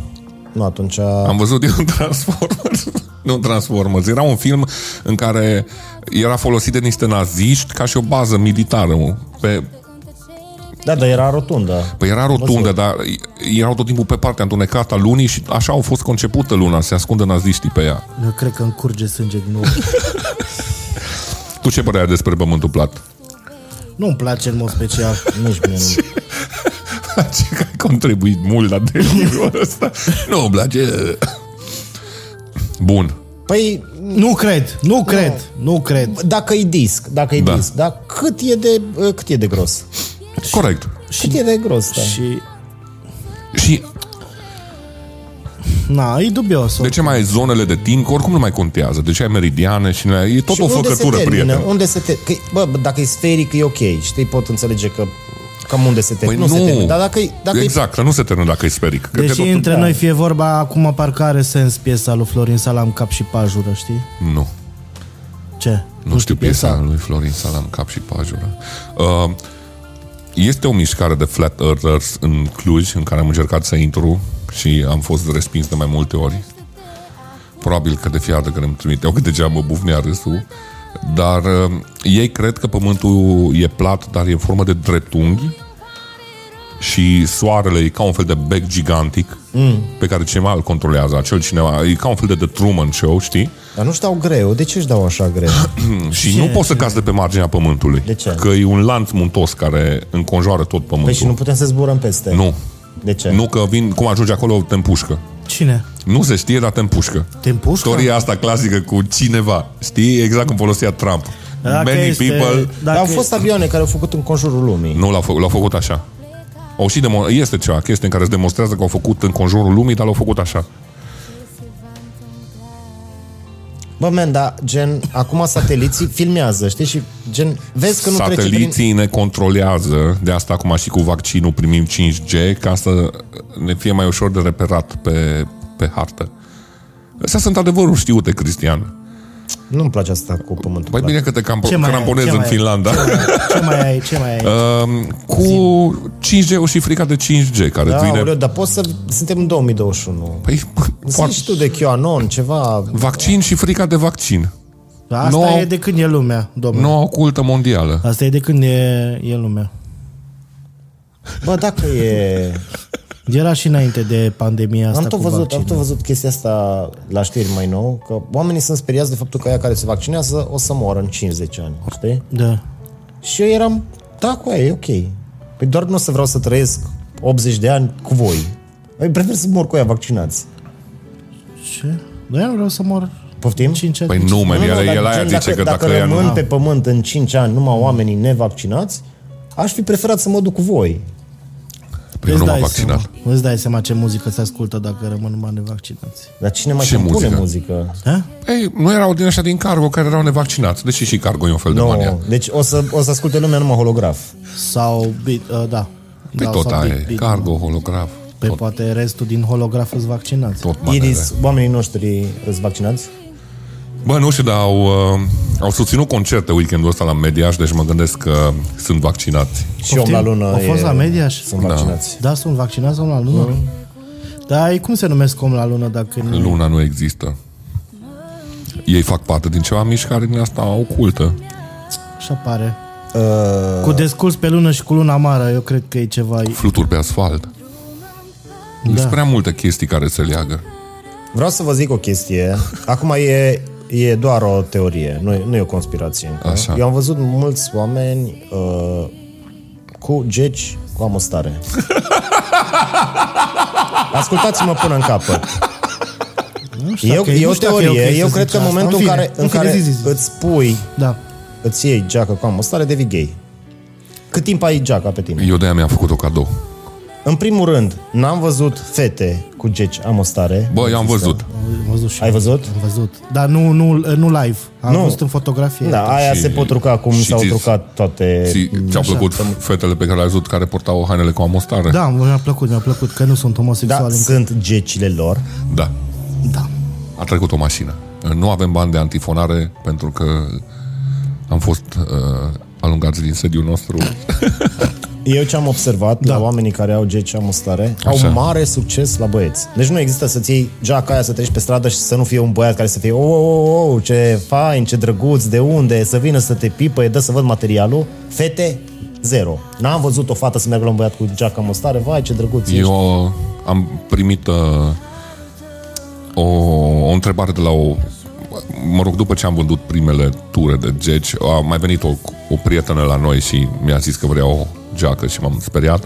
[SPEAKER 2] nu, atunci...
[SPEAKER 1] Am văzut eu un Transformers. nu un Transformers. Era un film în care era folosit de niște naziști ca și o bază militară mă, pe,
[SPEAKER 2] Da, dar era rotundă.
[SPEAKER 1] Păi era rotundă, dar erau tot timpul pe partea întunecată a lunii și așa au fost concepută luna, se ascunde naziștii pe ea.
[SPEAKER 3] Eu cred că îmi curge sânge din nou.
[SPEAKER 1] Tu ce părere ai despre pământul plat?
[SPEAKER 3] Nu-mi place în mod special.
[SPEAKER 2] Nici mie nu...
[SPEAKER 1] Ce că ai contribuit mult la deliul ăsta? Nu, îmi place. Bun.
[SPEAKER 2] Păi,
[SPEAKER 3] Nu cred, nu cred, nu cred.
[SPEAKER 2] dacă e disc, dacă e
[SPEAKER 1] Da.
[SPEAKER 2] da. disc, dar cât e de, cât e de gros?
[SPEAKER 1] Corect.
[SPEAKER 2] Cât e de gros, da?
[SPEAKER 3] Și
[SPEAKER 1] Și
[SPEAKER 3] Na, e dubios.
[SPEAKER 1] De ce mai ai zonele de timp? Oricum nu mai contează. De ce ai meridiane și nu ai- e tot
[SPEAKER 2] Și
[SPEAKER 1] o
[SPEAKER 2] unde se
[SPEAKER 1] făcătură,
[SPEAKER 2] termină?
[SPEAKER 1] prieten.
[SPEAKER 2] Unde se te... că, bă, dacă e sferic, e ok. Știi, pot înțelege că cam unde se termină. nu, se termină. Dar dacă, e- dacă e
[SPEAKER 1] Păi exact, că nu se termină dacă e sferic. Că
[SPEAKER 3] Deși
[SPEAKER 1] te tot- da.
[SPEAKER 3] între noi fie vorba, acum parcă are sens piesa lui Florin Salam, cap și pajură, știi?
[SPEAKER 1] Nu.
[SPEAKER 3] Ce?
[SPEAKER 1] Nu știu piesa lui Florin Salam, cap și pajură. Uh, este o mișcare de flat earthers în Cluj, în care am încercat să intru și am fost respins de mai multe ori. Probabil că de fiecare când îmi trimiteau că degeaba mă bufnea râsul. Dar uh, ei cred că pământul e plat, dar e în formă de dreptunghi și soarele e ca un fel de bec gigantic mm. pe care cineva îl controlează, acel cineva. E ca un fel de The Truman Show, știi?
[SPEAKER 2] Dar nu-și dau greu. De ce își dau așa greu?
[SPEAKER 1] Și nu poți să cazi de pe marginea pământului.
[SPEAKER 2] De ce?
[SPEAKER 1] Că e un lanț muntos care înconjoară tot pământul.
[SPEAKER 2] Păi și nu putem să zburăm peste.
[SPEAKER 1] nu.
[SPEAKER 2] De ce?
[SPEAKER 1] Nu, că vin, cum ajungi acolo, te împușcă.
[SPEAKER 3] Cine?
[SPEAKER 1] Nu se știe, dar te împușcă.
[SPEAKER 3] Te împușcă?
[SPEAKER 1] Istoria asta clasică cu cineva. Știi? Exact cum folosea Trump.
[SPEAKER 3] Dacă
[SPEAKER 1] Many
[SPEAKER 3] este-
[SPEAKER 1] people...
[SPEAKER 2] Dar
[SPEAKER 3] dacă-
[SPEAKER 2] au fost avioane care au făcut în conjurul lumii.
[SPEAKER 1] Nu, l-au, fă- l-au făcut așa. Au și demo- este ceva chestie în care îți demonstrează că au făcut în conjurul lumii, dar l-au făcut așa.
[SPEAKER 2] Bă, men, dar gen, acum sateliții filmează, știi? Și gen, vezi că nu trece prin...
[SPEAKER 1] Sateliții ne controlează, de asta acum și cu vaccinul primim 5G, ca să ne fie mai ușor de reperat pe, pe hartă. Astea sunt adevărul știute, Cristian.
[SPEAKER 2] Nu-mi place asta cu pământul.
[SPEAKER 1] Mai
[SPEAKER 2] plat.
[SPEAKER 1] Păi bine că te camp-
[SPEAKER 3] Da. Ce mai ai?
[SPEAKER 1] cramponezi
[SPEAKER 3] Ce
[SPEAKER 1] în
[SPEAKER 3] mai ai?
[SPEAKER 1] Finlanda.
[SPEAKER 3] Ce mai ai? Ce mai ai?
[SPEAKER 1] Um, cu 5G-ul și frica de 5G, care da,
[SPEAKER 2] Da,
[SPEAKER 1] vine...
[SPEAKER 2] aoleu, dar poți să... Suntem în 2021.
[SPEAKER 1] Păi,
[SPEAKER 2] Sunt
[SPEAKER 1] foarte...
[SPEAKER 2] și tu de QAnon, ceva...
[SPEAKER 1] Vaccin și frica de vaccin.
[SPEAKER 3] Asta
[SPEAKER 1] nu-
[SPEAKER 3] e de când e lumea, domnule.
[SPEAKER 1] Noua cultă mondială.
[SPEAKER 3] Asta e de când e, e lumea.
[SPEAKER 2] Bă, dacă e...
[SPEAKER 3] Era și înainte de pandemia asta
[SPEAKER 2] Am tot,
[SPEAKER 3] cu
[SPEAKER 2] văzut, am
[SPEAKER 3] vaccinul.
[SPEAKER 2] tot văzut chestia asta la știri mai nou, că oamenii sunt speriați de faptul că aia care se vaccinează o să moară în 50 ani, știi?
[SPEAKER 3] Da.
[SPEAKER 2] Și eu eram, da, cu aia e ok. Păi doar nu o să vreau să trăiesc 80 de ani cu voi. Păi prefer să mor cu aia vaccinați.
[SPEAKER 3] Ce? Da, eu nu vreau să mor
[SPEAKER 2] Poftim?
[SPEAKER 3] 5 ani.
[SPEAKER 1] Păi nu, mă,
[SPEAKER 2] dar
[SPEAKER 1] el, el aia
[SPEAKER 2] gen,
[SPEAKER 1] zice că dacă,
[SPEAKER 2] dacă
[SPEAKER 1] ea
[SPEAKER 2] rămân
[SPEAKER 1] nu...
[SPEAKER 2] pe pământ în 5 ani numai oamenii nevaccinați, aș fi preferat să mă duc cu voi.
[SPEAKER 1] Păi eu nu m-am vaccinat.
[SPEAKER 3] Seama, îți dai seama ce muzică se ascultă dacă rămân numai nevaccinați.
[SPEAKER 2] Dar cine mai
[SPEAKER 1] Ce
[SPEAKER 2] compune
[SPEAKER 1] muzică?
[SPEAKER 2] muzică? muzică?
[SPEAKER 3] Ha?
[SPEAKER 1] Ei, Păi, nu erau din ăștia din cargo care erau nevaccinați, deși și cargo e un fel de
[SPEAKER 2] No.
[SPEAKER 1] mania.
[SPEAKER 2] Deci o să, o să asculte lumea numai holograf.
[SPEAKER 3] Sau, bit, uh, da.
[SPEAKER 1] Păi
[SPEAKER 3] da,
[SPEAKER 1] tot
[SPEAKER 3] sau
[SPEAKER 1] aia
[SPEAKER 3] Big-
[SPEAKER 1] e,
[SPEAKER 3] Big
[SPEAKER 1] cargo, holograf,
[SPEAKER 3] Păi poate restul din holograf îți vaccinați.
[SPEAKER 1] tot manele.
[SPEAKER 2] Iris, oamenii noștri sunt vaccinați?
[SPEAKER 1] Bă, nu știu, dar au, uh, au susținut concerte weekendul ăsta la Mediaș, deci mă gândesc că sunt vaccinați.
[SPEAKER 2] Și om la lună
[SPEAKER 3] Au fost
[SPEAKER 2] e-
[SPEAKER 3] la Mediaș?
[SPEAKER 2] Sunt vaccinați.
[SPEAKER 3] Da, sunt vaccinați om la lună? Da, ei cum se numesc om la lună dacă nu...
[SPEAKER 1] Luna nu există. Ei fac parte din ceva mișcare din asta ocultă.
[SPEAKER 3] Așa pare.
[SPEAKER 2] Uh,
[SPEAKER 3] Cu descurs pe lună și cu luna amară, eu cred că e ceva...
[SPEAKER 1] Fluturi pe asfalt. Da. Sunt prea multe chestii care se leagă.
[SPEAKER 2] vreau să vă zic o chestie. Acum e, e doar o teorie, nu e, nu e o conspirație. Încă.
[SPEAKER 1] Așa.
[SPEAKER 2] Eu am văzut mulți oameni uh, cu geci cu amostare. Ascultați-mă până în capăt.
[SPEAKER 3] Nu știu
[SPEAKER 2] Eu,
[SPEAKER 3] dacă
[SPEAKER 2] e
[SPEAKER 3] nu
[SPEAKER 2] o
[SPEAKER 3] știu dacă
[SPEAKER 2] teorie.
[SPEAKER 3] ok să
[SPEAKER 2] eu
[SPEAKER 3] zic
[SPEAKER 2] cred că în
[SPEAKER 3] asta.
[SPEAKER 2] momentul în,
[SPEAKER 3] fine,
[SPEAKER 2] care, în
[SPEAKER 3] fine,
[SPEAKER 2] care
[SPEAKER 3] zi, zi, zi.
[SPEAKER 2] îți pui,
[SPEAKER 3] Da.
[SPEAKER 2] îți iei geaca cu amostare, devii gay. Cât timp ai geaca pe tine?
[SPEAKER 1] Eu de-aia mi-am făcut o cadou.
[SPEAKER 2] În primul rând, n-am văzut fete cu geci amostare.
[SPEAKER 1] Bă, eu am văzut.
[SPEAKER 3] Am văzut și
[SPEAKER 2] Ai
[SPEAKER 3] eu.
[SPEAKER 2] văzut?
[SPEAKER 3] Am văzut. Dar nu, nu, nu live. Am
[SPEAKER 2] Nu.
[SPEAKER 3] văzut în fotografie.
[SPEAKER 2] Da, aia
[SPEAKER 1] Și-
[SPEAKER 2] se pot truca acum,
[SPEAKER 1] și
[SPEAKER 2] s-au
[SPEAKER 1] ți-
[SPEAKER 2] trucat toate...
[SPEAKER 1] Ți, ți-au plăcut fetele pe care le-ai văzut care portau hainele cu amostare?
[SPEAKER 3] Da, mi-a plăcut, mi-a plăcut că nu sunt
[SPEAKER 2] Da,
[SPEAKER 3] homosexual. încă.
[SPEAKER 2] sunt gecile lor.
[SPEAKER 1] da.
[SPEAKER 3] da.
[SPEAKER 1] A trecut o mașină. Nu avem bani de antifonare pentru că am fost uh, alungați din sediul nostru.
[SPEAKER 2] Eu ce am observat da. la oamenii care au geci amostare,
[SPEAKER 1] Așa.
[SPEAKER 2] au mare succes la băieți. Deci nu există să-ți iei geaca aia, să treci pe stradă și să nu fie un băiat care să fie "Oh, o, o, o, o, ce fain, ce drăguț, de unde, să vină să te pipăie, dă să văd materialul. Fete, zero. N-am văzut o fată să meargă la un băiat cu geaca amostare, vai, ce drăguț ești.
[SPEAKER 1] Eu uh, am primit uh, o, o întrebare de la o... Mă rog, după ce am vândut primele ture de geci, a mai venit o, o prietenă la noi și mi-a zis că vrea o geacă și m-am speriat.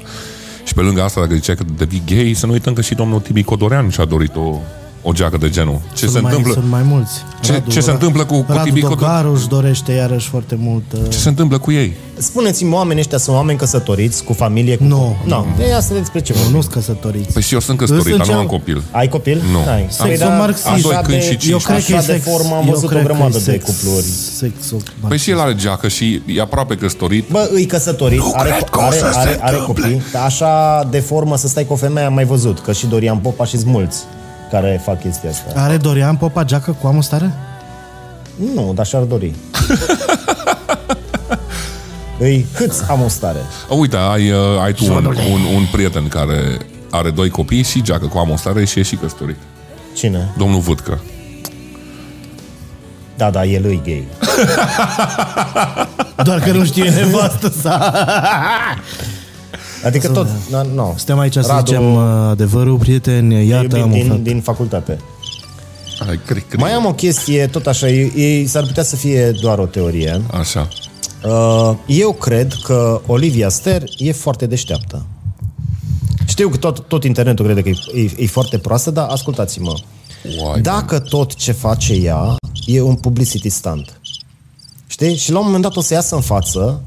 [SPEAKER 1] Și pe lângă asta, dacă zicea că devii gay, să nu uităm că și domnul Tibi Codorean și-a dorit o o geacă de genul. Ce
[SPEAKER 3] Sunt
[SPEAKER 1] se
[SPEAKER 3] mai,
[SPEAKER 1] întâmplă?
[SPEAKER 3] Sunt mai mulți.
[SPEAKER 1] Ce- ce se
[SPEAKER 3] Ra-
[SPEAKER 1] întâmplă cu- cu
[SPEAKER 3] Radu
[SPEAKER 1] Tibi Cotă?
[SPEAKER 3] Dogaru își dorește iarăși foarte mult. uh,
[SPEAKER 1] Ce se întâmplă cu ei?
[SPEAKER 2] Spuneți-mi, oamenii ăștia sunt oameni căsătoriți, cu familie, cu...
[SPEAKER 3] Nu.
[SPEAKER 2] Nu, de asta despre ce vorbim.
[SPEAKER 3] Nu sunt căsătoriți.
[SPEAKER 1] Păi și eu sunt căsătorit,
[SPEAKER 3] Însă
[SPEAKER 1] dar nu
[SPEAKER 3] ce-
[SPEAKER 1] am copil.
[SPEAKER 2] Ai copil?
[SPEAKER 1] Nu.
[SPEAKER 2] Ai.
[SPEAKER 1] Am-
[SPEAKER 2] Păi,
[SPEAKER 3] Sexul
[SPEAKER 2] da,
[SPEAKER 3] marxist.
[SPEAKER 2] așa
[SPEAKER 1] Doi câini
[SPEAKER 2] de-
[SPEAKER 1] și cinci.
[SPEAKER 2] Eu cred că e
[SPEAKER 3] sex-
[SPEAKER 2] de formă am
[SPEAKER 3] eu
[SPEAKER 2] văzut o
[SPEAKER 3] cred că e
[SPEAKER 2] grămadă de
[SPEAKER 3] sex-
[SPEAKER 2] cupluri.
[SPEAKER 3] Sex,
[SPEAKER 1] Păi și el are geacă și e aproape căsătorit.
[SPEAKER 2] Bă, îi căsătorit,
[SPEAKER 4] Nu
[SPEAKER 2] are,
[SPEAKER 4] cred că o
[SPEAKER 2] are,
[SPEAKER 4] să se
[SPEAKER 2] are, are
[SPEAKER 4] întâmple.
[SPEAKER 2] copii, dar așa de formă să stai cu o femeie am mai văzut, că și Dorian Popa și mulți care fac chestia asta.
[SPEAKER 3] Are Dorian Popa geacă cu amul stare?
[SPEAKER 2] Nu, dar și-ar dori. îi hâț am o stare.
[SPEAKER 1] A, Uite, ai, uh, ai tu un, un, un prieten care are doi copii și geacă cu amostare și e și căsătorit.
[SPEAKER 2] Cine?
[SPEAKER 1] Domnul Vâtcă.
[SPEAKER 2] Da, da, el îi gay.
[SPEAKER 3] Doar că nu știe nevastă sa.
[SPEAKER 2] Adică tot, na, nu.
[SPEAKER 3] Suntem aici să
[SPEAKER 2] Radu,
[SPEAKER 3] zicem uh, adevărul, prieteni. Iată,
[SPEAKER 2] iubit
[SPEAKER 3] am un
[SPEAKER 2] din,
[SPEAKER 3] frate.
[SPEAKER 2] din facultate.
[SPEAKER 1] Ai, cred, cred.
[SPEAKER 2] Mai am o chestie, tot așa, e, e, s-ar putea să fie doar o teorie.
[SPEAKER 1] Așa.
[SPEAKER 2] Uh, Eu cred că Olivia Ster e foarte deșteaptă. Știu că tot, tot internetul crede că e, e, e foarte proastă, dar ascultați-mă.
[SPEAKER 1] Uai,
[SPEAKER 2] Dacă tot ce face ea e un publicity stunt, știi? Și la un moment dat o să iasă în față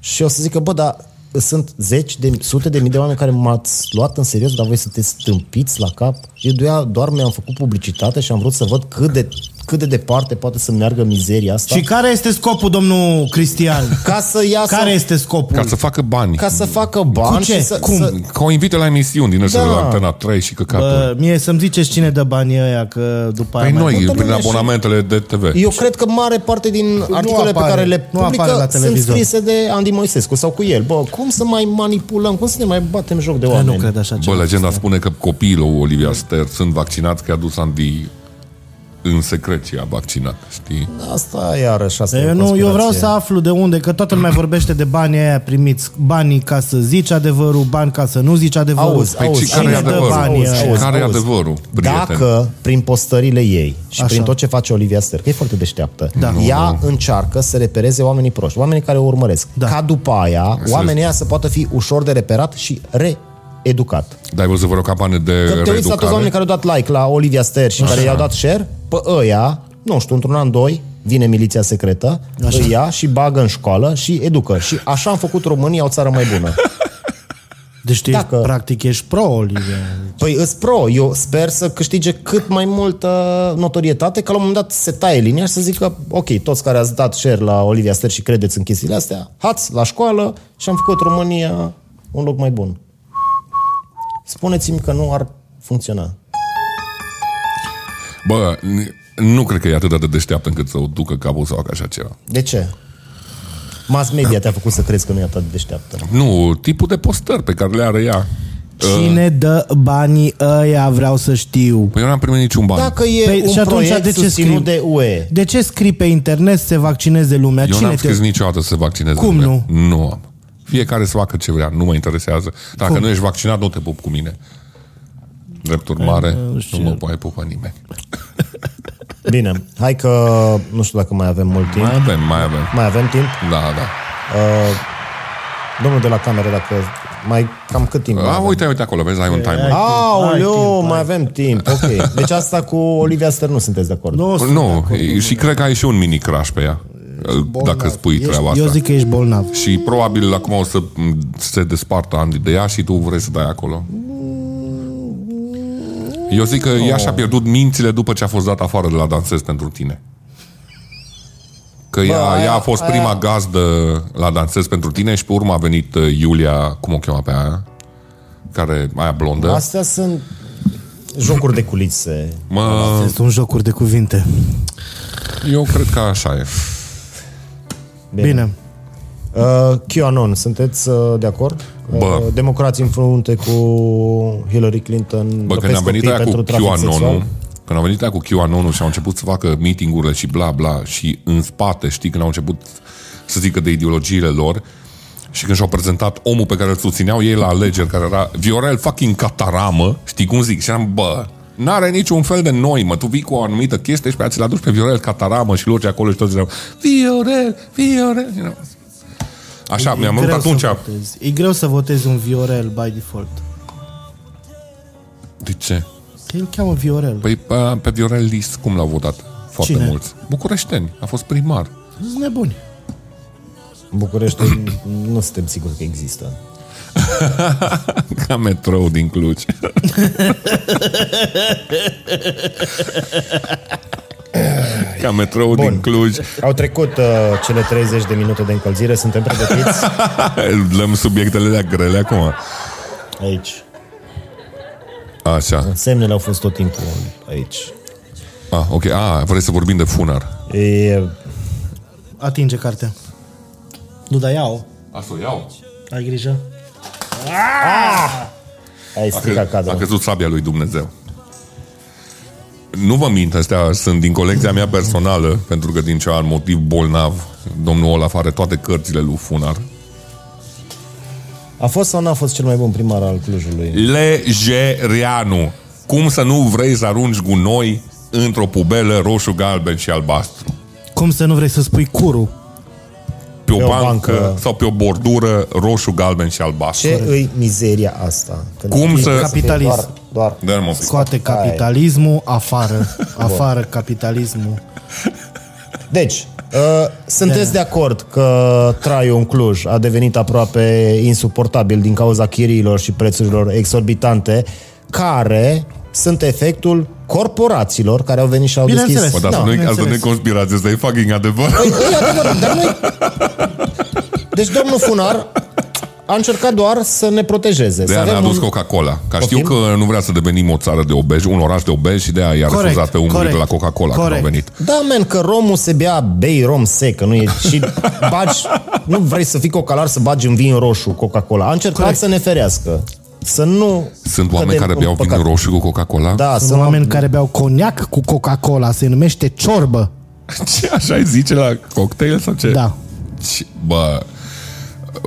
[SPEAKER 2] și o să zică, bă, dar sunt zeci de sute de mii de oameni care m-ați luat în serios, dar voi sunteți stâmpiți la cap. Eu doar, doar mi-am făcut publicitate și am vrut să văd cât de, cât de departe poate să meargă mizeria asta.
[SPEAKER 3] Și care este scopul, domnul Cristian?
[SPEAKER 2] ca să iasă
[SPEAKER 3] Care este scopul?
[SPEAKER 1] Ca să facă bani.
[SPEAKER 2] ca să facă bani
[SPEAKER 3] Cu ce?
[SPEAKER 2] și să,
[SPEAKER 3] Cum?
[SPEAKER 2] să
[SPEAKER 1] Că o invite la emisiuni din ăștia
[SPEAKER 2] Da.
[SPEAKER 1] de la Antena 3 și căcatul.
[SPEAKER 3] Bă, Uh, mie să-mi ziceți cine dă banii ăia, că după
[SPEAKER 1] Păi
[SPEAKER 3] aia... mai-
[SPEAKER 1] noi,
[SPEAKER 2] multă
[SPEAKER 1] prin
[SPEAKER 2] lume da, și-
[SPEAKER 1] abonamentele de TV.
[SPEAKER 2] eu cred că mare parte din articole
[SPEAKER 3] apare-
[SPEAKER 2] pe care le
[SPEAKER 3] nu apare la
[SPEAKER 2] publică sunt
[SPEAKER 3] televizor.
[SPEAKER 2] scrise de Andy Moisescu sau cu el. Bă, cum să mai manipulăm? Cum să ne mai batem joc de
[SPEAKER 3] Eu nu
[SPEAKER 2] oameni?
[SPEAKER 3] cred așa
[SPEAKER 1] Bă,
[SPEAKER 3] ceva.
[SPEAKER 1] legenda spune că copiii lui Olivia Ster sunt vaccinați, că a dus Andy în secret și a vaccinat, știi?
[SPEAKER 2] Asta iarăși asta e o
[SPEAKER 3] Eu, nu, eu
[SPEAKER 2] conspirație.
[SPEAKER 3] vreau să aflu de unde, că toată lumea vorbește de banii aia primiți. Banii ca să zici adevărul, bani ca să nu zici adevărul.
[SPEAKER 2] Auzi,
[SPEAKER 1] Păi
[SPEAKER 2] auzi,
[SPEAKER 1] și care e
[SPEAKER 2] cine dă
[SPEAKER 1] adevărul?
[SPEAKER 2] banii
[SPEAKER 1] Și
[SPEAKER 2] ăia?
[SPEAKER 1] care e
[SPEAKER 2] Auzi.
[SPEAKER 1] adevărul, prieten?
[SPEAKER 2] Dacă prin postările ei și
[SPEAKER 3] Așa.
[SPEAKER 2] prin tot ce face Olivia Ster, că e foarte deșteaptă,
[SPEAKER 3] Da. Nu,
[SPEAKER 2] ea încearcă să repereze oamenii proști, oamenii care o urmăresc.
[SPEAKER 3] Da.
[SPEAKER 2] Ca după aia, oamenii ăia să poată fi ușor de reperat și reeducat.
[SPEAKER 1] Dar ai văzut vreo campanie de
[SPEAKER 2] Că te uiți la toți oamenii
[SPEAKER 1] reeducare?
[SPEAKER 2] care au dat like la Olivia Ster și care i-au dat share, pe ăia, nu știu, într-un an, doi, vine miliția secretă, așa. îi ia și bagă în școală și educă. Și așa am făcut România o țară mai bună.
[SPEAKER 3] Deci tu
[SPEAKER 2] Dacă-
[SPEAKER 3] ești, practic ești pro, Olivia.
[SPEAKER 1] Uh.
[SPEAKER 2] Păi îs pro, eu sper să câștige cât mai multă notorietate, că la un moment dat se taie linia și să zică, ok, toți care ați dat share la Olivia Ster și credeți în chestiile astea, hați la școală și am făcut România un loc mai bun. Spuneți-mi că nu ar funcționa.
[SPEAKER 1] Bă, n- nu cred că e atât de deșteaptă încât să o ducă capul să facă așa ceva.
[SPEAKER 2] De ce? Mass media te-a făcut să crezi că nu e atât de deșteaptă.
[SPEAKER 1] Nu, tipul de postări pe care le are ea. ă,
[SPEAKER 3] Cine dă banii ăia, vreau să știu.
[SPEAKER 1] Păi eu n-am primit niciun ban.
[SPEAKER 2] Dacă e
[SPEAKER 3] Păi,
[SPEAKER 2] un
[SPEAKER 3] și atunci
[SPEAKER 2] proiect
[SPEAKER 3] de ce
[SPEAKER 2] susținut
[SPEAKER 3] scrii?
[SPEAKER 2] de UE,
[SPEAKER 3] De ce scrii pe internet să se vaccineze lumea?
[SPEAKER 1] eu
[SPEAKER 3] Cine
[SPEAKER 1] n-am
[SPEAKER 3] te...
[SPEAKER 1] scris niciodată să vaccinez.
[SPEAKER 3] Cum
[SPEAKER 1] lumea. Nu am. Fiecare să facă ce vrea, nu mă interesează. Dacă nu ești vaccinat, nu te pup cu mine. Drept
[SPEAKER 3] Ă,
[SPEAKER 1] urmare, nu mă poate pupa nimeni.
[SPEAKER 2] bine, hai că nu știu dacă mai avem mult timp.
[SPEAKER 1] Mai avem, mai avem.
[SPEAKER 2] Mai avem timp?
[SPEAKER 1] Da, da.
[SPEAKER 2] Domnul de la cameră, dacă mai cam cât timp mai
[SPEAKER 1] A,
[SPEAKER 2] avem?
[SPEAKER 1] uite, uite acolo, vezi, ai un timer.
[SPEAKER 2] Aoleu, mai avem timp, ok. Deci asta cu Olivia Ster nu sunteți de acord.
[SPEAKER 3] Nu, sunt de
[SPEAKER 1] Nu,
[SPEAKER 3] acord.
[SPEAKER 1] e- și cred că ai și un mini crash pe ea, dacă spui treaba
[SPEAKER 3] Eu
[SPEAKER 1] asta. Uh.
[SPEAKER 3] zic că da. ești bolnav.
[SPEAKER 1] Și probabil acum o să m, se despartă Andy de ea și tu vrei să dai acolo. Eu zic că
[SPEAKER 2] Oh.
[SPEAKER 1] ea și-a pierdut mințile după ce a fost dat afară de la Dansez pentru tine. Că ea,
[SPEAKER 2] aia-
[SPEAKER 1] ea a fost prima gazdă la Dansez pentru tine și pe urmă a venit uh, Iulia, cum o chema pe aia? Care, aia blondă.
[SPEAKER 2] Astea sunt jocuri de culise.
[SPEAKER 1] Mă,
[SPEAKER 3] Sunt jocuri de cuvinte.
[SPEAKER 1] eu cred că așa e.
[SPEAKER 3] Bine. Bine.
[SPEAKER 2] Uh, QAnon, sunteți uh, de acord?
[SPEAKER 1] Bă.
[SPEAKER 2] Uh, democrații în frunte cu Hillary Clinton
[SPEAKER 1] Bă, când
[SPEAKER 2] răpesc
[SPEAKER 1] am venit
[SPEAKER 2] copii
[SPEAKER 1] aia cu
[SPEAKER 2] pentru trafic sexual.
[SPEAKER 1] QAnon-ul, când am venit aia cu QAnon-ul și au început să facă meetingurile și bla bla și în spate, știi, când au început să zică de ideologiile lor și când și-au prezentat omul pe care îl susțineau ei la alegeri, care era Viorel fucking Cataramă, știi cum zic, și am, bă, N-are niciun fel de noi, mă. Tu vii cu o anumită chestie și pe aia ți-l aduci pe Viorel Cataramă și loci acolo și toți ziceau Viorel, Viorel. You know. Așa, mi-am
[SPEAKER 3] E
[SPEAKER 1] rupt
[SPEAKER 3] greu să
[SPEAKER 1] atunci.
[SPEAKER 3] votezi. E greu să votezi un Viorel by default.
[SPEAKER 1] De ce?
[SPEAKER 3] El cheamă Viorel.
[SPEAKER 1] Păi pe, pe Viorel List cum l-au votat? Foarte
[SPEAKER 3] Cine?
[SPEAKER 1] mulți. Bucureșteni. A fost primar.
[SPEAKER 3] Sunt nebuni.
[SPEAKER 2] În București nu suntem siguri că există.
[SPEAKER 1] Ca metrou din Cluj. Ca metrou Bun. din Cluj.
[SPEAKER 2] Au trecut uh, cele 30 de minute de încălzire, suntem pregătiți
[SPEAKER 1] Lăm subiectele alea grele acum.
[SPEAKER 2] aici.
[SPEAKER 1] Așa.
[SPEAKER 2] Semnele au fost tot timpul aici.
[SPEAKER 1] Ah, ok. Ah, vrei să vorbim de funar.
[SPEAKER 2] E,
[SPEAKER 3] Atinge cartea. Nu, dar iau.
[SPEAKER 1] A, să o iau?
[SPEAKER 3] Ai grijă.
[SPEAKER 2] ai
[SPEAKER 1] A,
[SPEAKER 2] stricat
[SPEAKER 1] că, a
[SPEAKER 2] cadrul.
[SPEAKER 1] căzut sabia lui Dumnezeu. Nu vă mint, astea sunt din colecția mea personală, pentru că din ce alt motiv bolnav, domnul Olaf are toate cărțile lui Funar.
[SPEAKER 2] A fost sau n-a fost cel mai bun primar al Clujului?
[SPEAKER 1] Lejereanu. Cum să nu vrei să arunci gunoi într-o pubelă roșu, galben și albastru?
[SPEAKER 3] Cum să nu vrei să spui curu?
[SPEAKER 1] Pe o,
[SPEAKER 2] Pe o
[SPEAKER 1] bancă,
[SPEAKER 2] bancă.
[SPEAKER 1] sau pe o bordură roșu, galben și albastru.
[SPEAKER 2] Ce îi mizeria asta? Când
[SPEAKER 1] Cum
[SPEAKER 2] știi
[SPEAKER 1] să-
[SPEAKER 2] că e
[SPEAKER 3] Capitalism.
[SPEAKER 2] Doar, doar
[SPEAKER 1] Dă-mi un pic.
[SPEAKER 3] Scoate capitalismul afară. Afară capitalismul.
[SPEAKER 2] Deci, uh, sunteți de acord că traiul în Cluj a devenit aproape insuportabil din cauza chiriilor și prețurilor exorbitante, care sunt efectul corporațiilor care au venit și au deschis...
[SPEAKER 3] Bineînțeles.
[SPEAKER 1] Mă, dar
[SPEAKER 3] Da,
[SPEAKER 1] să nu-i, asta
[SPEAKER 3] bineînțeles.
[SPEAKER 1] nu e conspirație, asta e fucking adevăr.
[SPEAKER 2] Păi, e adevărat, dar noi... Deci domnul Funar a încercat doar să ne protejeze.
[SPEAKER 1] De
[SPEAKER 2] să
[SPEAKER 1] aia ne-a
[SPEAKER 2] avem
[SPEAKER 1] adus
[SPEAKER 2] un...
[SPEAKER 1] Coca-Cola. Ca știu
[SPEAKER 2] Poftim?
[SPEAKER 1] că nu vrea să devenim o țară de obeji, un oraș de obeji și de aia i-a
[SPEAKER 3] Corect,
[SPEAKER 1] refuzat pe ungurii de la
[SPEAKER 3] corect,
[SPEAKER 1] Coca-Cola când au
[SPEAKER 3] corect.
[SPEAKER 1] venit.
[SPEAKER 2] Da, men, că romul se bea, bei rom sec, că nu e... Și bagi, nu vrei să fii cocalar să bagi în vin roșu Coca-Cola. A încercat
[SPEAKER 3] Corect.
[SPEAKER 2] să ne ferească. Să nu...
[SPEAKER 1] Sunt oameni
[SPEAKER 2] cădem
[SPEAKER 1] care
[SPEAKER 2] în
[SPEAKER 1] beau
[SPEAKER 2] păcat.
[SPEAKER 1] vin roșu cu Coca-Cola?
[SPEAKER 2] Da, sunt,
[SPEAKER 3] Sunt oameni care beau coniac cu Coca-Cola. Se numește ciorbă.
[SPEAKER 1] Ce, așa îi zice la cocktail sau ce?
[SPEAKER 3] Da.
[SPEAKER 1] Ce- Bă,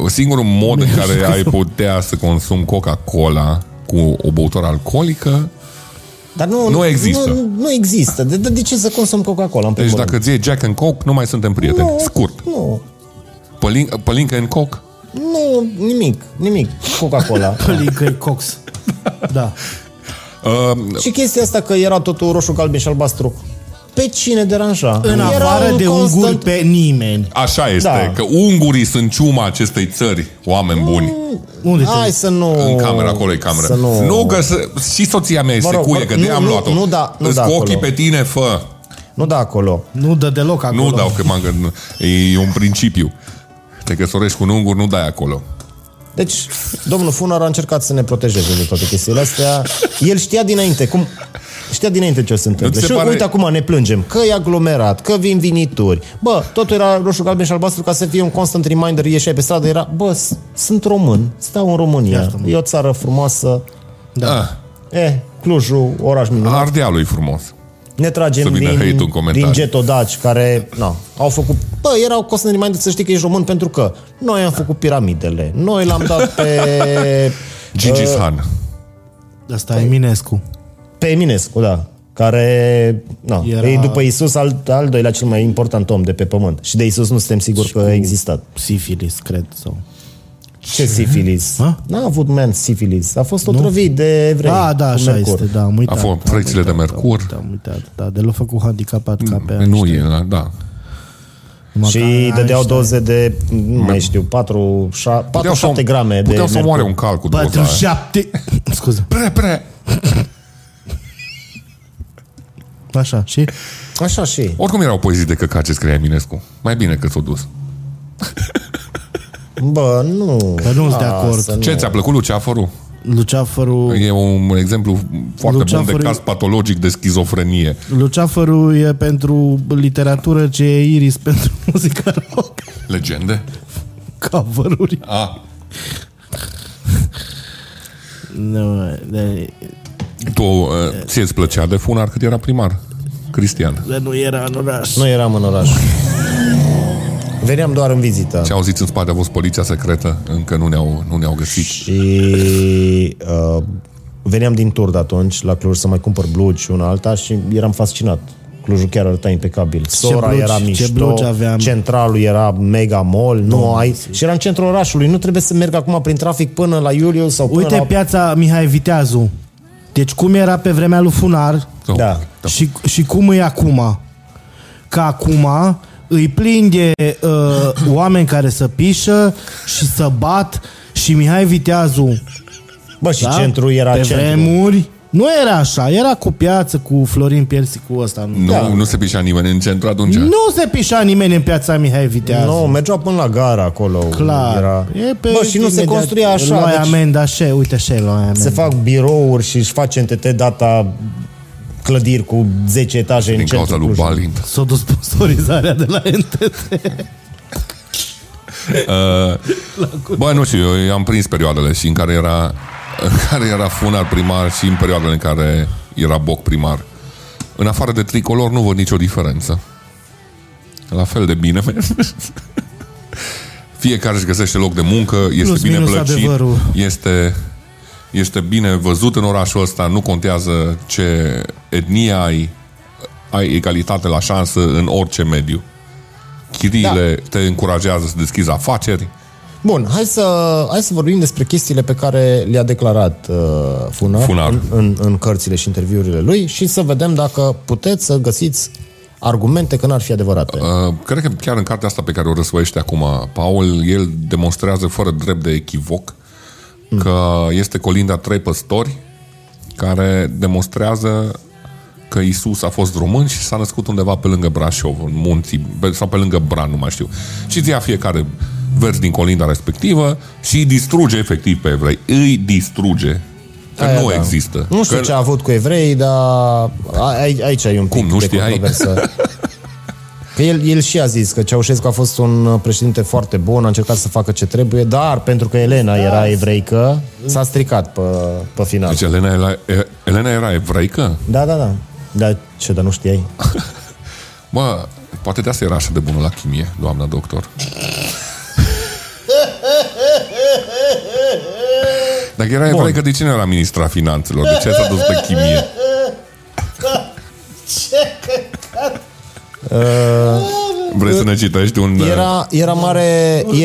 [SPEAKER 1] singurul mod în care ai putea să consumi Coca-Cola cu o băutură alcoolică,
[SPEAKER 2] Dar nu,
[SPEAKER 1] Nu există.
[SPEAKER 2] Nu, nu există. De, de, de ce să consum Coca-Cola în
[SPEAKER 1] deci
[SPEAKER 2] primul
[SPEAKER 1] dacă
[SPEAKER 2] rând?
[SPEAKER 1] ți iei Jack and Coke, nu mai suntem prieteni.
[SPEAKER 2] Nu.
[SPEAKER 1] Scurt.
[SPEAKER 2] Nu,
[SPEAKER 1] Pălin, pălincă and Coke?
[SPEAKER 2] nu, nimic, nimic. Coca-Cola.
[SPEAKER 3] Pălică-i cox. Da.
[SPEAKER 1] Uh,
[SPEAKER 2] și chestia asta că era totul roșu, galben și albastru. Pe cine deranja?
[SPEAKER 3] În
[SPEAKER 2] Era
[SPEAKER 3] afară
[SPEAKER 2] un
[SPEAKER 3] de
[SPEAKER 2] constant-
[SPEAKER 3] unguri pe nimeni.
[SPEAKER 1] așa este,
[SPEAKER 2] Da.
[SPEAKER 1] că ungurii sunt ciuma acestei țări, oameni buni.
[SPEAKER 3] Unde te
[SPEAKER 2] Hai să nu...
[SPEAKER 1] În camera acolo e camera.
[SPEAKER 2] Oh, Să nu...
[SPEAKER 1] nu că să, și soția mea este
[SPEAKER 2] Mă rog,
[SPEAKER 1] cuie,
[SPEAKER 2] mă-
[SPEAKER 1] că
[SPEAKER 2] nu-
[SPEAKER 1] de am
[SPEAKER 2] nu-
[SPEAKER 1] luat-o.
[SPEAKER 2] nu da- nu
[SPEAKER 1] Îți
[SPEAKER 2] da
[SPEAKER 1] cu ochii
[SPEAKER 2] acolo.
[SPEAKER 1] pe tine, fă.
[SPEAKER 2] Nu da acolo.
[SPEAKER 3] Nu dă deloc acolo.
[SPEAKER 1] Nu dau, că m-am gândit. E un principiu. Te căsătorești cu un ungur, nu dai acolo.
[SPEAKER 2] Deci, domnul Funar a încercat să ne protejeze de toate chestiile astea. El știa dinainte cum... Știa dinainte ce o să întâmple.
[SPEAKER 1] Nu ți
[SPEAKER 2] Și
[SPEAKER 1] se
[SPEAKER 2] pare...
[SPEAKER 1] pare-
[SPEAKER 2] uite acum, ne plângem că e aglomerat, că vin vinituri. Bă, totul era roșu, galben și albastru ca să fie un constant reminder. Ieșeai pe stradă, era, bă, s- sunt român, stau în România. E o țară frumoasă.
[SPEAKER 1] Da. Ah,
[SPEAKER 2] Eh, Clujul, oraș minunat.
[SPEAKER 1] Ardealul e frumos.
[SPEAKER 2] Ne tragem
[SPEAKER 1] vină hate-ul în
[SPEAKER 2] din,
[SPEAKER 1] comentarii.
[SPEAKER 2] din getodaci care na, au făcut... Bă, erau constant reminder să știi că ești român pentru că noi am făcut piramidele, noi l-am dat pe... Eh,
[SPEAKER 1] Gigi Han.
[SPEAKER 3] Asta e Minescu.
[SPEAKER 2] Pe Eminescu, da. Care, na,
[SPEAKER 3] Era-
[SPEAKER 2] Era... e după Isus al, al doilea cel mai important om de pe pământ. Și de Isus nu suntem siguri că a existat.
[SPEAKER 3] Sifilis, cred. Sau...
[SPEAKER 2] Ce sifilis?
[SPEAKER 3] Ha?
[SPEAKER 2] N-a avut men sifilis. A fost otrăvit de evrei.
[SPEAKER 3] Da, da,
[SPEAKER 2] Păi, cu
[SPEAKER 3] așa
[SPEAKER 2] mercur.
[SPEAKER 3] este, da, am
[SPEAKER 1] A
[SPEAKER 3] uitat.
[SPEAKER 1] fost frățile de mercur.
[SPEAKER 3] Da, am uitat, da, de l-a făcut handicapat ca pe
[SPEAKER 1] Nu e, la- da.
[SPEAKER 2] Și dădeau doze de, nu mai știu, 4, 7, 4,
[SPEAKER 1] Puteau să-
[SPEAKER 2] 7 grame de
[SPEAKER 1] Puteau să
[SPEAKER 2] mercur.
[SPEAKER 1] moare un cal cu doza aia.
[SPEAKER 3] 47... Scuze,
[SPEAKER 1] Pre, pre.
[SPEAKER 3] așa, și?
[SPEAKER 2] Așa și.
[SPEAKER 1] Oricum erau poezii de căcat ce scria Eminescu. Mai bine că s-o dus.
[SPEAKER 2] Bă, nu.
[SPEAKER 3] Dar nu sunt de acord.
[SPEAKER 2] Lasă, nu.
[SPEAKER 1] Ce, ți-a plăcut Luceafărul?
[SPEAKER 3] Luceafărul...
[SPEAKER 1] E un exemplu foarte bun
[SPEAKER 3] Luceafărul
[SPEAKER 1] de
[SPEAKER 3] e-
[SPEAKER 1] caz patologic de schizofrenie.
[SPEAKER 3] Luceafărul e pentru literatură ce e Iris pentru muzica rock.
[SPEAKER 1] Legende?
[SPEAKER 3] Cover-uri.
[SPEAKER 1] A,
[SPEAKER 3] Nu, de,
[SPEAKER 1] tu, uh, ție îți plăcea de funar cât era primar? Cristian.
[SPEAKER 3] de nu era în oraș.
[SPEAKER 2] Nu eram în oraș. Veneam doar în vizită.
[SPEAKER 1] Ce auziți în spate? A fost poliția secretă? Încă nu ne-au, nu ne-au găsit.
[SPEAKER 2] Și uh, veneam din tur de atunci la Cluj să mai cumpăr blugi și una alta și eram fascinat. Clujul chiar arăta impecabil. Sora
[SPEAKER 3] blugi-
[SPEAKER 2] era
[SPEAKER 3] ce
[SPEAKER 2] mișto,
[SPEAKER 3] blugi aveam?
[SPEAKER 2] centralul era mega mall, nu ai... Și era în centrul orașului, nu trebuie să merg acum prin trafic până la Iuliu sau până
[SPEAKER 3] Uite
[SPEAKER 2] la...
[SPEAKER 3] piața Mihai Viteazu. Te Deci cum era pe vremea lui Funar
[SPEAKER 1] Sau-
[SPEAKER 2] Da.
[SPEAKER 3] și, și cum e acum. Că acum îi plin de uh, oameni care să pișă și să bat și Mihai Viteazu
[SPEAKER 2] Bă, și da? centrul era
[SPEAKER 3] pe
[SPEAKER 2] centru.
[SPEAKER 3] vremuri. Nu era așa, era cu piață, cu Florin Piersicu ăsta. Nu,
[SPEAKER 2] Da.
[SPEAKER 1] Nu, nu se pișa nimeni în centru atunci.
[SPEAKER 3] nu se pișa nimeni în piața Mihai Viteazu.
[SPEAKER 2] Nu, mergeau până la gara acolo.
[SPEAKER 3] Clar.
[SPEAKER 2] Era...
[SPEAKER 3] E pe
[SPEAKER 2] Bă, și nu se
[SPEAKER 3] imediat-
[SPEAKER 2] construia așa.
[SPEAKER 3] Luai
[SPEAKER 2] Deci
[SPEAKER 3] deci... amenda, așa, uite așa e luai amenda.
[SPEAKER 2] se fac birouri și își face NTT data clădiri cu 10 etaje
[SPEAKER 1] Din
[SPEAKER 2] în
[SPEAKER 1] cauza
[SPEAKER 2] centrul
[SPEAKER 1] lui
[SPEAKER 2] Cluj.
[SPEAKER 1] Balint.
[SPEAKER 3] S-a dus sponsorizarea de la NTT.
[SPEAKER 2] Da.
[SPEAKER 1] Uh, Bă, nu știu, eu i-am prins perioadele și în care era în care era funar primar și în perioadele în care era Boc primar. În afară de tricolor nu văd nicio diferență. La fel de bine merg. Fiecare își găsește loc de muncă, este
[SPEAKER 3] Plus,
[SPEAKER 1] bine
[SPEAKER 3] minus
[SPEAKER 1] plăcit,
[SPEAKER 3] adevărul.
[SPEAKER 1] este, este bine văzut în orașul ăsta, nu contează ce etnie ai, ai egalitate la șansă în orice mediu. Chiriile da. te încurajează să deschizi afaceri,
[SPEAKER 2] Bun, hai să, hai să vorbim despre chestiile pe care le-a declarat uh, Funar,
[SPEAKER 1] Funar.
[SPEAKER 2] În, în, în cărțile și interviurile lui și să vedem dacă puteți să găsiți argumente că n-ar fi adevărate.
[SPEAKER 1] Uh, cred că chiar în cartea asta pe care o răsfoiește acum Paul, el demonstrează fără drept de echivoc că este colinda trei păstori care demonstrează că Isus a fost român și s-a născut undeva pe lângă Brașov, în munții, pe- sau pe lângă Bran, nu mai știu. Și îți ia fiecare vers din colinda respectivă și îi distruge efectiv pe evrei. Îi distruge. Că
[SPEAKER 2] Aia
[SPEAKER 1] nu
[SPEAKER 2] da.
[SPEAKER 1] există.
[SPEAKER 2] Nu știu
[SPEAKER 1] că,
[SPEAKER 2] ce a avut cu evrei, dar a- ai- aici e un pic
[SPEAKER 1] Cum, nu
[SPEAKER 2] de
[SPEAKER 1] știai?
[SPEAKER 2] controversă. Că el, el și a zis că Ceaușescu a fost un președinte foarte bun, a încercat să facă ce trebuie, dar pentru că Elena era evreică, s-a stricat pe, pe final.
[SPEAKER 1] Deci Elena era, Elena era evreică?
[SPEAKER 2] Da, da, da. Da, ce, dar nu știai?
[SPEAKER 1] Mă, poate de asta era așa de bună la chimie, doamna doctor. Dacă era evreică, de ce nu era ministra finanțelor? De ce s-a dus pe chimie? Vrei să ne citești un... uh,
[SPEAKER 2] Era, era mare,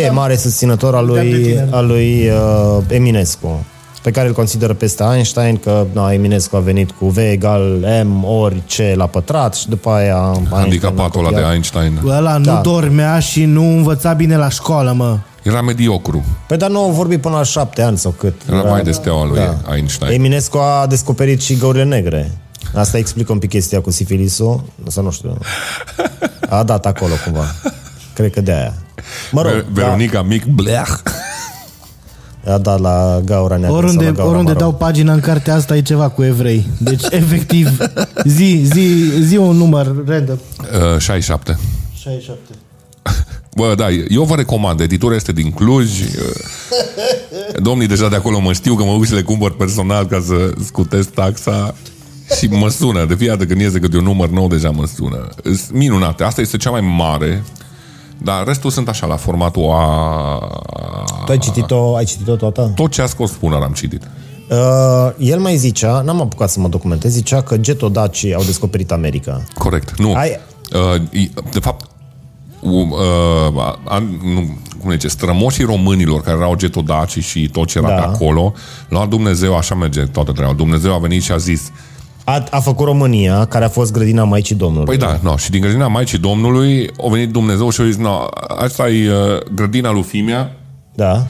[SPEAKER 2] e mare susținător al lui, al lui uh, Eminescu, pe care îl consideră peste Einstein, că na, Eminescu a venit cu V egal M ori C la pătrat și după aia... Einstein
[SPEAKER 1] handicapatul
[SPEAKER 2] a
[SPEAKER 1] ăla de
[SPEAKER 2] copiat.
[SPEAKER 1] Einstein.
[SPEAKER 3] Ăla nu
[SPEAKER 2] Da.
[SPEAKER 3] da. dormea și nu învăța bine la școală, mă.
[SPEAKER 1] Era mediocru.
[SPEAKER 2] Păi dar nu au vorbit până la șapte ani sau cât.
[SPEAKER 1] Era mai
[SPEAKER 2] da.
[SPEAKER 1] de steaua lui Einstein.
[SPEAKER 2] Eminescu a descoperit și găurile negre. Asta explică un pic chestia cu sifilisul, sau nu știu. A dat acolo cumva. Cred că de aia. Mă rog,
[SPEAKER 1] Ver- Veronica Mic Bleach.
[SPEAKER 2] da, a dat la gaura neagră sau
[SPEAKER 3] Oriunde,
[SPEAKER 2] da, la gaura
[SPEAKER 3] oriunde
[SPEAKER 2] maro.
[SPEAKER 3] dau pagina în cartea asta e ceva cu evrei. Deci, efectiv, zi, zi, zi un număr random.
[SPEAKER 1] Uh, 67.
[SPEAKER 3] 67.
[SPEAKER 1] Bă, da, eu vă recomand. Editura este din Cluj. Domnii deja de acolo mă știu că mă duc și le cumpăr personal ca să scutez taxa și mă sună. De fiecare dată când iese câte un număr nou, deja mă sună. Sunt minunate. Asta este cea mai mare, dar restul sunt așa, la formatul a...
[SPEAKER 2] Tu ai citit-o, ai citit-o toată?
[SPEAKER 1] Tot ce a scos Funar am citit.
[SPEAKER 2] Uh, el mai zicea, n-am apucat să mă documentez, zicea că getodacii au descoperit America.
[SPEAKER 1] Corect, nu.
[SPEAKER 2] Ai-
[SPEAKER 1] Uh, i- de fapt, um, uh, an- nu, cum zice, strămoșii românilor care erau getodaci și tot ce era
[SPEAKER 2] Da.
[SPEAKER 1] da. pe acolo, la Dumnezeu, așa merge toată treaba. Dumnezeu a venit și a zis,
[SPEAKER 2] A, a făcut România, care a fost grădina Maicii Domnului.
[SPEAKER 1] păi da, no, și din grădina Maicii Domnului a venit Dumnezeu și a zis, no, asta e uh, grădina lui Fimea,
[SPEAKER 2] Da.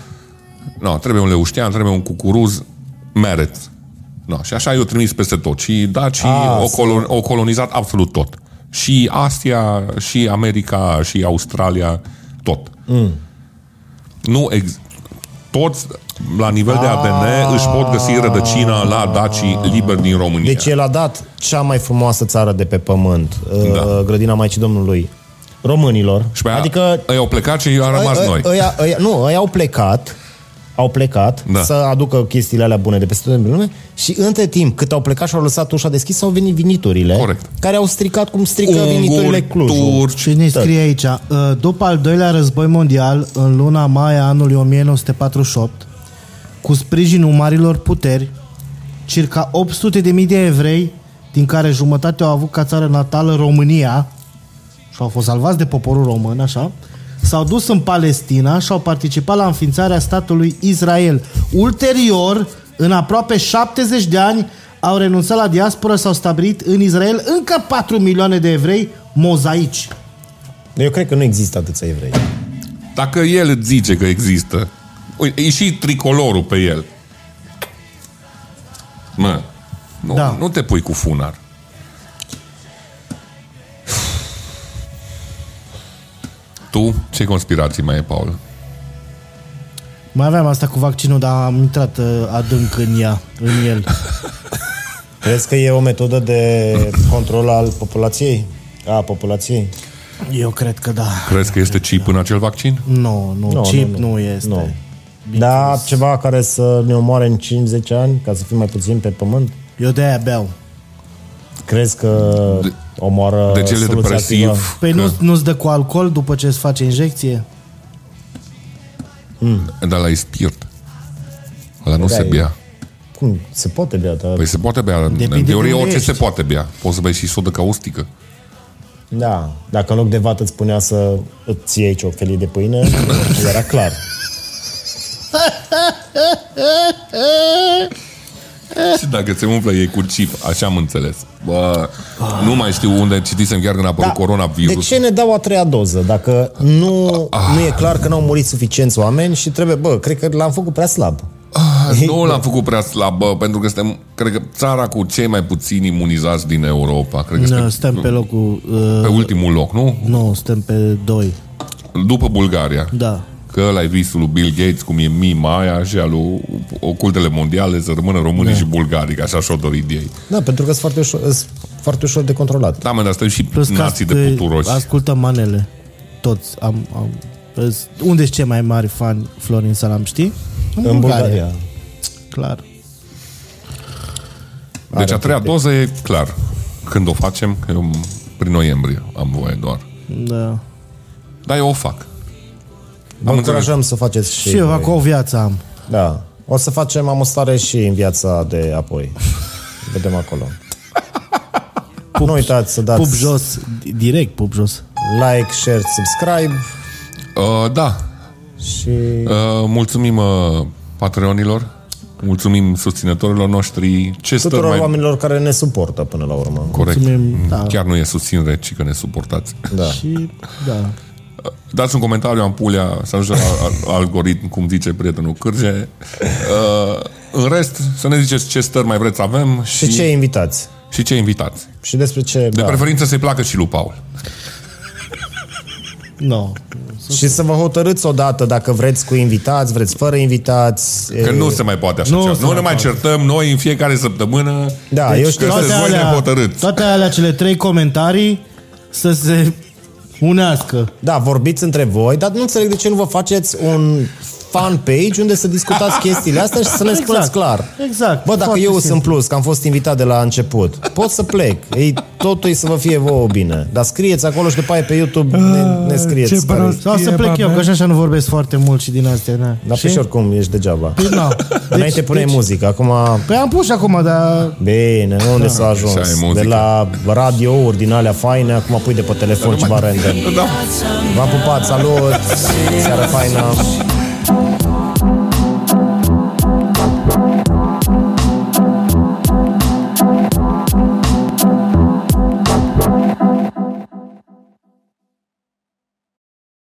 [SPEAKER 1] no, trebuie un leuștean, trebuie un cucuruz, meret. No, și așa i-o trimis peste tot. Și dacii
[SPEAKER 2] Ah,
[SPEAKER 1] au colon- au colonizat absolut tot. Și Asia, și America, și Australia, tot. Mm. Nu ex- toți la nivel de ADN își pot găsi rădăcina la dacii liberi din România.
[SPEAKER 2] Deci el a dat cea mai frumoasă țară de pe pământ, da.
[SPEAKER 1] Da.
[SPEAKER 2] grădina Maicii Domnului, românilor.
[SPEAKER 1] și pe aia,
[SPEAKER 2] adică
[SPEAKER 1] adică ei au plecat și au rămas
[SPEAKER 2] Ăia-
[SPEAKER 1] noi.
[SPEAKER 2] Ăia, ăia, nu, ei au plecat au plecat da.
[SPEAKER 1] Da.
[SPEAKER 2] să aducă chestiile alea bune de peste tot din lume și între timp cât au plecat și au lăsat ușa deschisă au venit viniturile
[SPEAKER 1] Corect.
[SPEAKER 2] care au stricat cum strică viniturile
[SPEAKER 1] Unguri,
[SPEAKER 2] Clujul.
[SPEAKER 1] turci,
[SPEAKER 3] Și ne scrie aici, uh, după al doilea război mondial, în luna mai a anului 1948, cu sprijinul marilor puteri, circa 800 de mii de evrei, din care jumătate au avut ca țară natală România, și au fost salvați de poporul român, așa, s-au dus în Palestina și au participat la înființarea statului Israel. Ulterior, în aproape 70 de ani, au renunțat la diasporă, s-au stabilit în Israel încă 4 milioane de evrei mozaici.
[SPEAKER 2] Eu cred că nu există atâția evrei.
[SPEAKER 1] Dacă el îți zice că există, uite, e și tricolorul pe el. Mă, nu,
[SPEAKER 3] Da.
[SPEAKER 1] da. nu te pui cu funar. Tu, ce conspirații mai e, Paul?
[SPEAKER 3] Mai aveam asta cu vaccinul, dar am intrat uh, adânc în ea, în el.
[SPEAKER 2] Crezi că e o metodă de control al populației? A populației?
[SPEAKER 3] Eu cred că da.
[SPEAKER 1] Crezi că este chip în acel vaccin?
[SPEAKER 3] Nu, nu,
[SPEAKER 2] Nu,
[SPEAKER 3] no, chip
[SPEAKER 2] nu, nu.
[SPEAKER 3] nu, nu. nu este.
[SPEAKER 2] Nu.
[SPEAKER 3] No.
[SPEAKER 2] Da, ceva care să ne omoare în 5-10 ani, ca să fim mai puțin pe pământ?
[SPEAKER 3] Eu de-aia beau.
[SPEAKER 2] Crezi că de, omoară
[SPEAKER 1] De ce e
[SPEAKER 2] soluția activă?
[SPEAKER 1] depresiv?
[SPEAKER 3] Păi
[SPEAKER 1] că-
[SPEAKER 3] nu, nu-ți dă cu alcool după ce îți face injecție?
[SPEAKER 1] Dar la e spirit. La nu
[SPEAKER 2] Da,
[SPEAKER 1] se
[SPEAKER 2] e-
[SPEAKER 1] bea.
[SPEAKER 2] Cum? Se poate bea, dar...
[SPEAKER 1] Păi
[SPEAKER 2] Păi...
[SPEAKER 1] se poate bea.
[SPEAKER 3] Depinde
[SPEAKER 1] în teorie
[SPEAKER 3] de unde
[SPEAKER 1] orice
[SPEAKER 3] ești.
[SPEAKER 1] se poate bea. Poți să bei și sodă caustică.
[SPEAKER 2] Da, dacă în loc de vată îți spunea să îți iei ciocfelii de pâine, era clar.
[SPEAKER 1] Și dacă se umflă ei cu chip, așa am înțeles. Bă, nu mai știu unde citisem chiar când a apărut da. coronavirus.
[SPEAKER 2] De ce ne dau a treia doză? Dacă nu, nu e clar că n-au murit suficienți oameni și trebuie, bă, cred că l-am făcut prea slab.
[SPEAKER 1] Ah, Nu l-am făcut prea slab, bă, pentru că suntem, cred că, țara cu cei mai puțini imunizați din Europa. Cred că
[SPEAKER 3] Nu,
[SPEAKER 1] suntem
[SPEAKER 3] stăm Da, pe locul...
[SPEAKER 1] pe
[SPEAKER 3] Uh,
[SPEAKER 1] ultimul loc, nu?
[SPEAKER 3] nu, stăm pe 2.
[SPEAKER 1] După Bulgaria.
[SPEAKER 3] Da.
[SPEAKER 1] Că ăla e visul lui Bill Gates, cum e mima aia și al lui ocultele mondiale, să rămână românii da. și bulgarii, că așa și-o dorit ei.
[SPEAKER 2] Da, pentru că sunt foarte ușor, sunt foarte ușor de controlat.
[SPEAKER 1] Da, mă, dar stăm și
[SPEAKER 3] Plus că
[SPEAKER 1] nații de
[SPEAKER 3] ast-
[SPEAKER 1] puturoși.
[SPEAKER 3] ascultăm manele. Toți. Am, am, îs- unde ești cei mai mari fani Florin Salam, știi?
[SPEAKER 2] În Bulgaria.
[SPEAKER 3] Clar.
[SPEAKER 1] Deci a treia doză e clar. Când o facem, că eu prin noiembrie am voie doar.
[SPEAKER 3] Da.
[SPEAKER 1] Dar eu o fac.
[SPEAKER 2] Vă încurajăm să faceți și,
[SPEAKER 3] Și eu
[SPEAKER 2] voi.
[SPEAKER 3] acum o viață am.
[SPEAKER 2] Da. O să facem amostare și în viața de apoi. Vedem acolo. nu uitați să dați
[SPEAKER 3] Pup jos, di- direct pup jos.
[SPEAKER 2] like, share, subscribe
[SPEAKER 1] Uh, da,
[SPEAKER 2] și
[SPEAKER 1] Uh, mulțumim uh, patreonilor, mulțumim susținătorilor noștri. Ce stări
[SPEAKER 2] tuturor
[SPEAKER 1] mai...
[SPEAKER 2] oamenilor care ne suportă până la urmă.
[SPEAKER 1] Corect.
[SPEAKER 3] Mulțumim,
[SPEAKER 1] Da.
[SPEAKER 3] da.
[SPEAKER 1] Chiar nu e susținere, ci că ne suportați.
[SPEAKER 2] Da.
[SPEAKER 3] Și, da.
[SPEAKER 1] Dați un comentariu, am pulea, să ajungem la al- algoritm, cum zice prietenul Cârge. Uh, în rest, să ne ziceți ce stări mai vreți să avem și,
[SPEAKER 2] Și ce invitați?
[SPEAKER 1] și ce invitați.
[SPEAKER 2] Și despre ce...
[SPEAKER 1] De
[SPEAKER 2] da.
[SPEAKER 1] preferință să-i placă și lui Paul.
[SPEAKER 3] No.
[SPEAKER 2] Și să vă hotărâți odată dacă vreți cu invitați, vreți fără invitați.
[SPEAKER 1] Că nu se mai poate așa
[SPEAKER 3] nu
[SPEAKER 1] nu
[SPEAKER 3] se
[SPEAKER 1] ceva. Nu ne
[SPEAKER 3] mai
[SPEAKER 1] mai certăm noi în fiecare săptămână. deci
[SPEAKER 2] Da, eu știu.
[SPEAKER 1] că
[SPEAKER 2] Toate
[SPEAKER 1] sunteți voi nehotărâți.
[SPEAKER 3] toate alea, cele trei comentarii, să se unească.
[SPEAKER 2] Da, vorbiți între voi, dar nu înțeleg de ce nu vă faceți un fan page unde să discutați chestiile astea și să ne spuneți clar.
[SPEAKER 3] Exact.
[SPEAKER 2] Bă, dacă
[SPEAKER 3] Foarte
[SPEAKER 2] eu
[SPEAKER 3] simplu.
[SPEAKER 2] sunt plus, că am fost invitat de la început, pot să plec. Ei, totul e să vă fie vouă bine. Dar scrieți acolo și după aia pe YouTube ne, ne scrieți.
[SPEAKER 3] Ah, Ce
[SPEAKER 2] care-
[SPEAKER 3] prost. Sau să plec eu, că așa, așa nu vorbesc foarte mult și din astea. Da.
[SPEAKER 2] Dar pe și oricum ești degeaba.
[SPEAKER 3] Păi, deci- na.
[SPEAKER 2] Înainte puneai muzică, acum...
[SPEAKER 3] Păi am pus și acum, dar...
[SPEAKER 2] Bine, unde s-a
[SPEAKER 1] Ah, Așa e
[SPEAKER 2] ajuns?
[SPEAKER 1] muzica.
[SPEAKER 2] De la radiouri din alea faine, acum pui de pe telefon ceva random.
[SPEAKER 1] Da.
[SPEAKER 2] V-am pupat, salut! Seara faină!